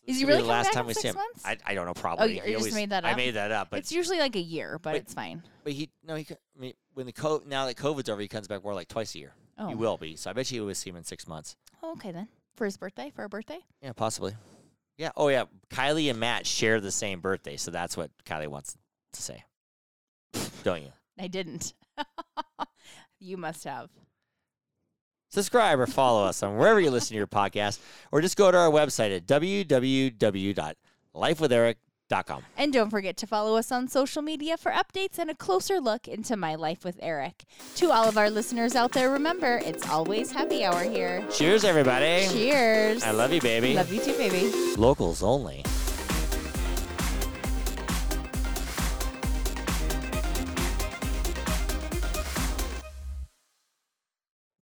Speaker 2: This
Speaker 1: Is he
Speaker 2: will be
Speaker 1: really coming
Speaker 2: the last
Speaker 1: back
Speaker 2: time
Speaker 1: in
Speaker 2: we see
Speaker 1: six
Speaker 2: him?
Speaker 1: months? Oh,
Speaker 2: I, I don't know. Probably.
Speaker 1: you-
Speaker 2: He
Speaker 1: you just made that
Speaker 2: I
Speaker 1: up?
Speaker 2: made that up, but
Speaker 1: it's usually like a year, but
Speaker 2: Wait.
Speaker 1: it's fine.
Speaker 2: but he no he. co- I mean, when the co- now that COVID's over, he comes back more like twice a year.
Speaker 1: Oh.
Speaker 2: He will be. So I bet you will see him in six months.
Speaker 1: Oh, okay then. For his birthday, for our birthday.
Speaker 2: Yeah, possibly. Yeah. Oh yeah. Kylie and Matt share the same birthday, so that's what Kylie wants to say. don't you?
Speaker 1: I didn't. you must have.
Speaker 2: Subscribe or follow us on wherever you listen to your podcast, or just go to our website at www.lifewitheric.com.
Speaker 1: And don't forget to follow us on social media for updates and a closer look into my life with Eric. To all of our listeners out there, remember it's always happy hour here.
Speaker 2: Cheers, everybody.
Speaker 1: Cheers.
Speaker 2: I love you, baby.
Speaker 1: Love you too, baby.
Speaker 2: Locals only.